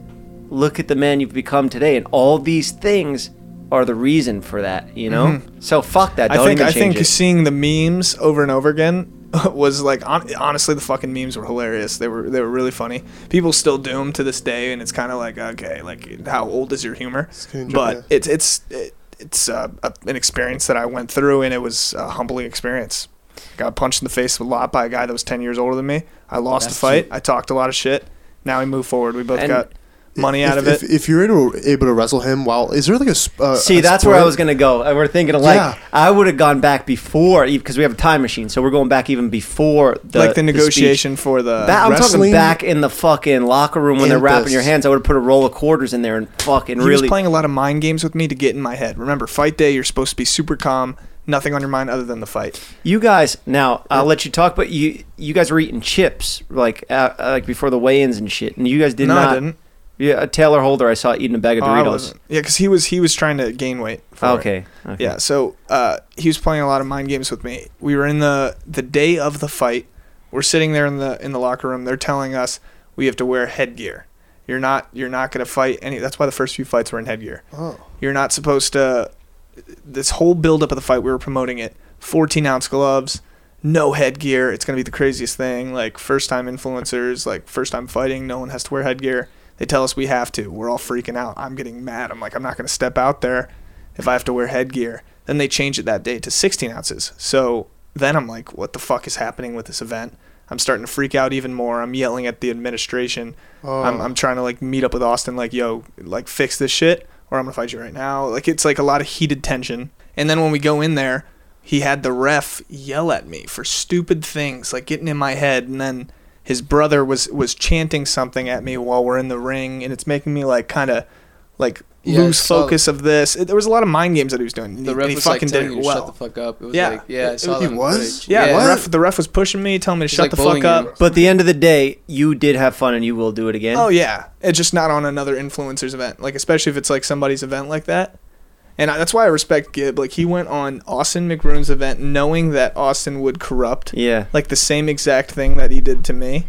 look at the man you've become today, and all these things are the reason for that. You know. So fuck that. Don't
Mm-hmm. I think
even
I
change
think
it.
seeing the memes over and over again was like hon- honestly the fucking memes were hilarious. They were they were really funny. People still do 'em to this day, and it's kind of like okay, like how old is your humor?
gonna enjoy
But
it.
it's it's it, it's uh, a, an experience that I went through, and it was a humbling experience. Got punched in the face a lot by a guy that was ten years older than me. I lost the fight. I talked a lot of shit. Now we move forward. We both
And-
got money out
if,
of it.
if, if you're able, able to wrestle him, while is there like a s- uh,
See,
a
that's where I
sport?
was gonna go. And we're thinking like
Yeah.
I would have gone back before because we have a time machine, so we're going back even before the
like the
speech.
negotiation uh, for the
That- I'm talking
wrestling-
back in the fucking locker room when they're
And
wrapping
this.
your hands. I would have put a roll of quarters in there and fucking
He
really.
was playing a lot of mind games with me to get in my head. Remember, fight day, you're supposed to be super calm, nothing on your mind other than the fight.
you guys, now I'll let you talk, but you you guys were eating chips like uh, uh, like before the weigh-ins and shit, and you guys did
no,
not.
I didn't.
Yeah, uh, Taylor Holder, I saw eating a bag of
Oh, I
Doritos.
wasn't. yeah, because he was he was trying to gain weight. for it.
okay. okay.
Yeah, so uh, he was playing a lot of mind games with me. We were in the the day of the fight. We're sitting there in the in the locker room. They're telling us we have to wear headgear. You're not you're not gonna fight any. That's why the first few fights were in headgear.
Oh.
You're not supposed to. This whole buildup of the fight, we were promoting it. 14 ounce gloves, no headgear. It's gonna be the craziest thing. Like first time influencers, like first time fighting. No one has to wear headgear. They tell us we have to. We're all freaking out. I'm getting mad. I'm like, I'm not gonna step out there if I have to wear headgear. Then they change it that day to 16 ounces. So then I'm like, what the fuck is happening with this event? I'm starting to freak out even more. I'm yelling at the administration.
Oh.
I'm, I'm trying to like meet up with Austin, like, yo, like fix this shit, or I'm gonna fight you right now. Like it's like a lot of heated tension. And then when we go in there, he had the ref yell at me for stupid things, like getting in my head, and then his brother was was chanting something at me while we're in the ring, and it's making me like kind of like
Yeah, I
lose
saw-
focus of this. It- there was a lot of mind games that he was doing. and
The
he-
ref
and he
was like
fucking
telling
did
you
it
to
well.
shut the fuck up. It was
Yeah.
like, yeah, I
It-
saw
he
that on
was?
footage.
yeah,
yeah.
The, ref, the ref was pushing me, telling me to
He's,
shut
like,
the fuck
bullying
up.
you.
But the end of the day, you did have fun, and you will do it again.
Oh yeah, it's just not on another influencer's event. Like especially if it's like somebody's event like that. And I, that's why I respect Gibb. Like he went on Austin McRoon's event knowing that Austin would corrupt.
yeah.
Like the same exact thing that he did to me,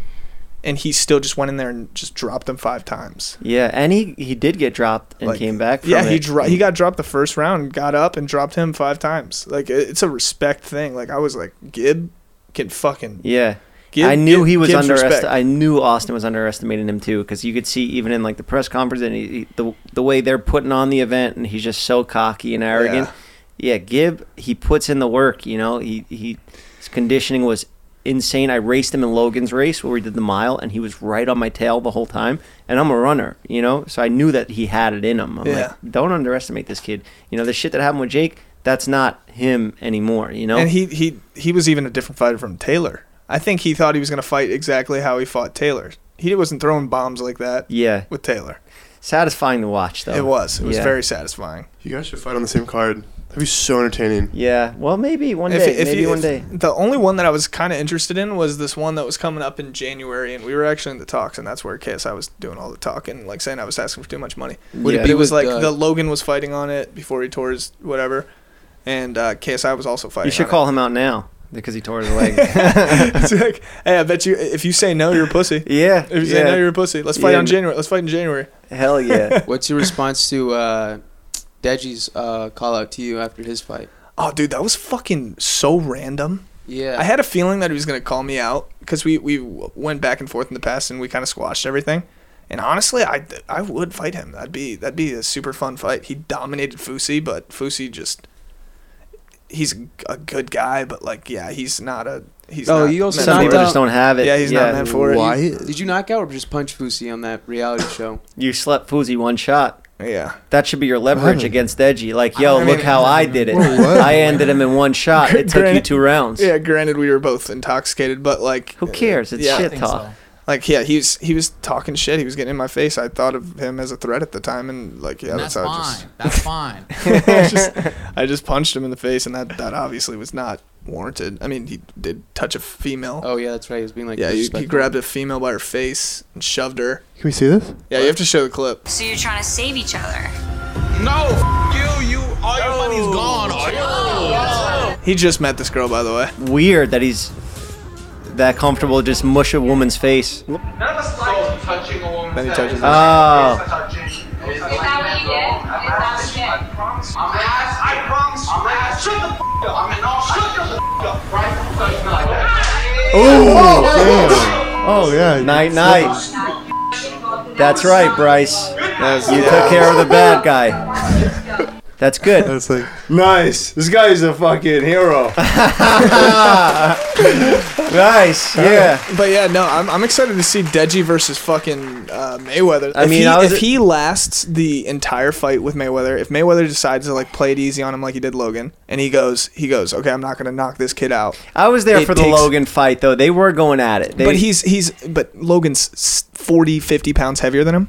and he still just went in there and just dropped him five times.
Yeah, and he, he did get dropped and
Like,
came back. From
yeah, he
it.
dro- he got dropped the first round, got up and dropped him five times. Like it, it's a respect thing. Like I was like Gibb can fucking.
Yeah,
Gibb,
I knew
Gibb-
he was
Gibb's respect.
underestimating. I knew Austin was underestimating him too, because you could see even in like the press conference and he, he- the the way they're putting on the event, and he's just so cocky and arrogant. Yeah, Gibb, he puts in the work. You know, he he his conditioning was insane. I raced him in Logan's race where we did the mile, and he was right on my tail the whole time. And I'm a runner, you know, so I knew that he had it in him. I'm
Yeah.
like, don't underestimate this kid. You know, the shit that happened with Jake, that's not him anymore. You know,
And he, he he was even a different fighter from Taylor. I think he thought he was going to fight exactly how he fought Taylor. He wasn't throwing bombs like that
yeah,
with Taylor.
satisfying to watch though.
It was. It was
Yeah.
very satisfying.
You guys should fight on the same card. That'd be so entertaining.
Yeah. Well, maybe one day. maybe
you-
one day.
The only one that I was kind of interested in was this one that was coming up in January, and we were actually in the talks, and that's where KSI was doing all the talking, like saying I was asking for too much money.
Would
Yeah.
it
But
be
it was
with,
like
uh,
the Logan was fighting on it before he tore his whatever, and uh, KSI was also fighting.
You should
on it.
call him out now because he tore his leg.
it's like, hey, I bet you if you say no, you're a pussy.
yeah.
If you
yeah.
say no, you're a pussy. Let's fight
Yeah.
on January. Let's fight in January.
Hell yeah.
What's your response to uh, Deji's uh, call out to you after his fight?
Oh, dude, that was fucking so random.
Yeah.
I had a feeling that he was gonna call me out because we we w- went back and forth in the past and we kind of squashed everything. And honestly, I I would fight him. That'd be that'd be a super fun fight. He dominated Fusi, but Fusi just he's a good guy, but like yeah, he's not a he's.
Oh,
not
you also
meant
Some
knocked
for
people
it.
out-
just don't have it.
Yeah, he's not meant for it.
Why?
Did you knock out or just punch Fusi on that reality show?
You slept Fousey one shot.
Yeah,
That should be your leverage against Edgy. Like, yo,
I
look
mean-
how I did it. I ended him in one shot. It took you
Granted-
two rounds.
yeah. Granted, we were both intoxicated, but like
Who cares? It's
Yeah.
shit talk.
Like yeah, he was he was talking shit. He was getting in my face. I thought of him as a threat at the time, and like yeah,
And
that's,
that's
how I just.
fine. That's fine.
I just, I just punched him in the face, and that, that obviously was not warranted. I mean, he did touch a female.
Oh yeah, that's right. He was being like
yeah, he, he
disrespectful.
grabbed a female by her face and shoved her.
Can we see this?
Yeah, you have to show the clip.
So you're trying to save each other.
no, f- you, you, all your money's gone. All your-
He just met this girl, by the way.
Weird that he's that comfortable to just mush a woman's face.
Then he touches her.
Oh,
Is that what you did? Is that what you did?
Oh yeah.
night, night. That's right, Bryce.
That's-
You
yeah.
took care of the bad guy. That's good.
That's like
Nice. This guy is a fucking hero.
Nice. Yeah.
But yeah, no, I'm, I'm excited to see Deji versus fucking uh, Mayweather.
I
if
mean,
he,
I was-
if he lasts the entire fight with Mayweather, if Mayweather decides to like play it easy on him like he did Logan, and he goes, he goes, okay, I'm not gonna knock this kid out.
I was there
It
for the
takes-
Logan fight though. They were going at it. They,
but he's he's but Logan's s- 40 50 pounds heavier than him.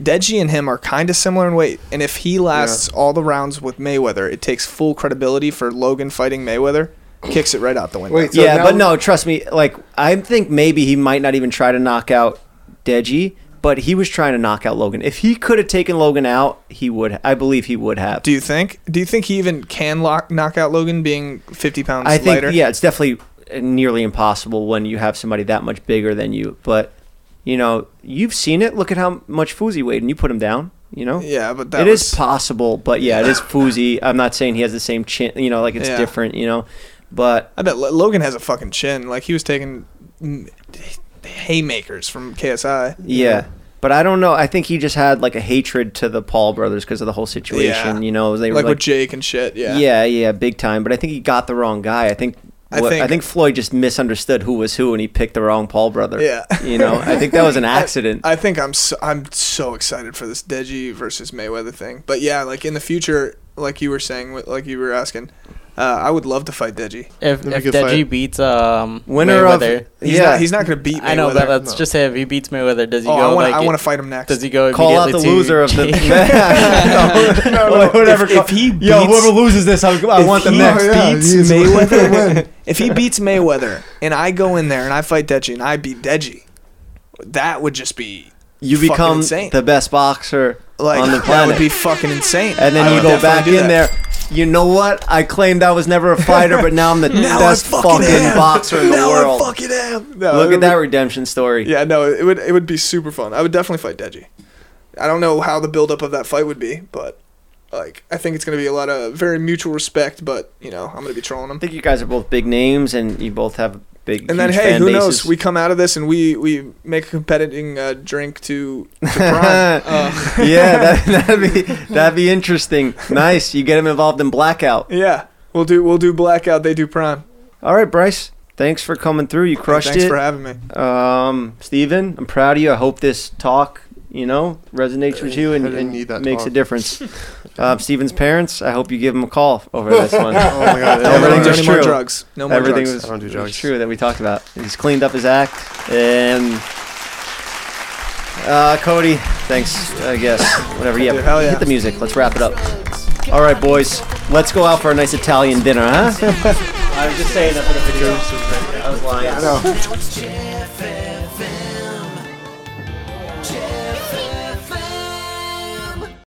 Deji and him are kind of similar in weight, and if he lasts all the rounds with Mayweather, it takes full credibility for Logan fighting Mayweather. Kicks it right out the window.
Wait, so
yeah,
now-
but no, trust me. Like I think maybe he might not even try to knock out Deji, but he was trying to knock out Logan. If he could have taken Logan out, he would. I believe he would have.
do you think? Do you think he even can lock knock out Logan being 50 pounds
I think
lighter?
yeah, it's definitely nearly impossible when you have somebody that much bigger than you. But you know, you've seen it. Look at how much Fuzi weighed, and you put him down. You know.
Yeah, but that
It is
was-
possible, but yeah, it is Fuzi. I'm not saying he has the same chin. You know, like it's
Yeah.
different. You know, but
I bet Lo- Logan has a fucking chin. Like he was taking mm, haymakers from KSI.
Yeah. But I don't know. I think he just had like a hatred to the Paul brothers because of the whole situation.
Yeah.
You know, they were
like,
like,
with Jake and shit. Yeah.
yeah. yeah, big time. But I think he got the wrong guy. I think.
I
what- I think,
think-
Floyd just misunderstood who was who, and he picked the wrong Paul brother.
Yeah.
you know, I think that was an accident.
I think I'm so, I'm so excited for this Deji versus Mayweather thing. But yeah, like in the future, like you were saying, like you were asking, Uh, I would love to fight Deji.
If, if
That'd be a good
Deji
fight.
beats um
Winner of-
Mayweather,
He's not- he's not gonna beat
I know, but
Mayweather.
let's
No.
just say if he beats Mayweather, does he
Oh, I
go?
wanna-
like,
I
it-
wanna fight him next.
Does he go?
Call out
immediately
the
to
loser of the-
Jake?
No, no, no, whatever.
If, if he beats,
Yo, whoever loses this, I, I
if
want them
he Oh,
next.
Beats Mayweather, if he beats Mayweather, and I go in there and I fight Deji and I beat Deji, that would just be
you
fucking
become
insane.
the best boxer
like
on the
that would
planet.
be fucking insane.
and
I
then you
would
go
definitely
back
do
in
that.
there. You know what? I claimed I was never a fighter, but now I'm the
Now I
best
fucking
fucking,
am.
boxer in the
Now I
world.
fucking am. No,
Look
it
at that
would-
redemption story.
Yeah, no, it would it would be super fun. I would definitely fight Deji. I don't know how the buildup of that fight would be, but like I think it's gonna be a lot of very mutual respect. But you know, I'm gonna be trolling him.
I think you guys are both big names, and you both have big.
And then,
huge
hey,
fan
who
bases.
knows? We come out of this and we we make a competing uh, drink to, to Prime. Uh,
yeah, that, that'd be that'd be interesting. Nice, you get them involved in blackout.
yeah. We'll do we'll do blackout. They do Prime.
All right, Bryce, thanks for coming through. You crushed
Thanks
it.
for having me.
Um, Steven, I'm proud of you. I hope this talk, you know, resonates with you and,
I didn't
and
need that
makes a
talk.
difference. um, Steven's parents, I hope you give them a call over this one.
Oh my God, they don't
Everything
do
was
any
more
true.
drugs. No more
Everything
drugs.
Was,
I don't do
was
drugs.
true that we talked about. He's cleaned up his act. And uh, Cody, thanks, I guess. Whatever. Yeah,
Dude, hell yeah.
hit the music. Let's wrap it up. All right, boys. Let's go out for a nice Italian dinner, huh?
I was just saying that for the video. I was lying.
I know.
Jeff FM. Jeff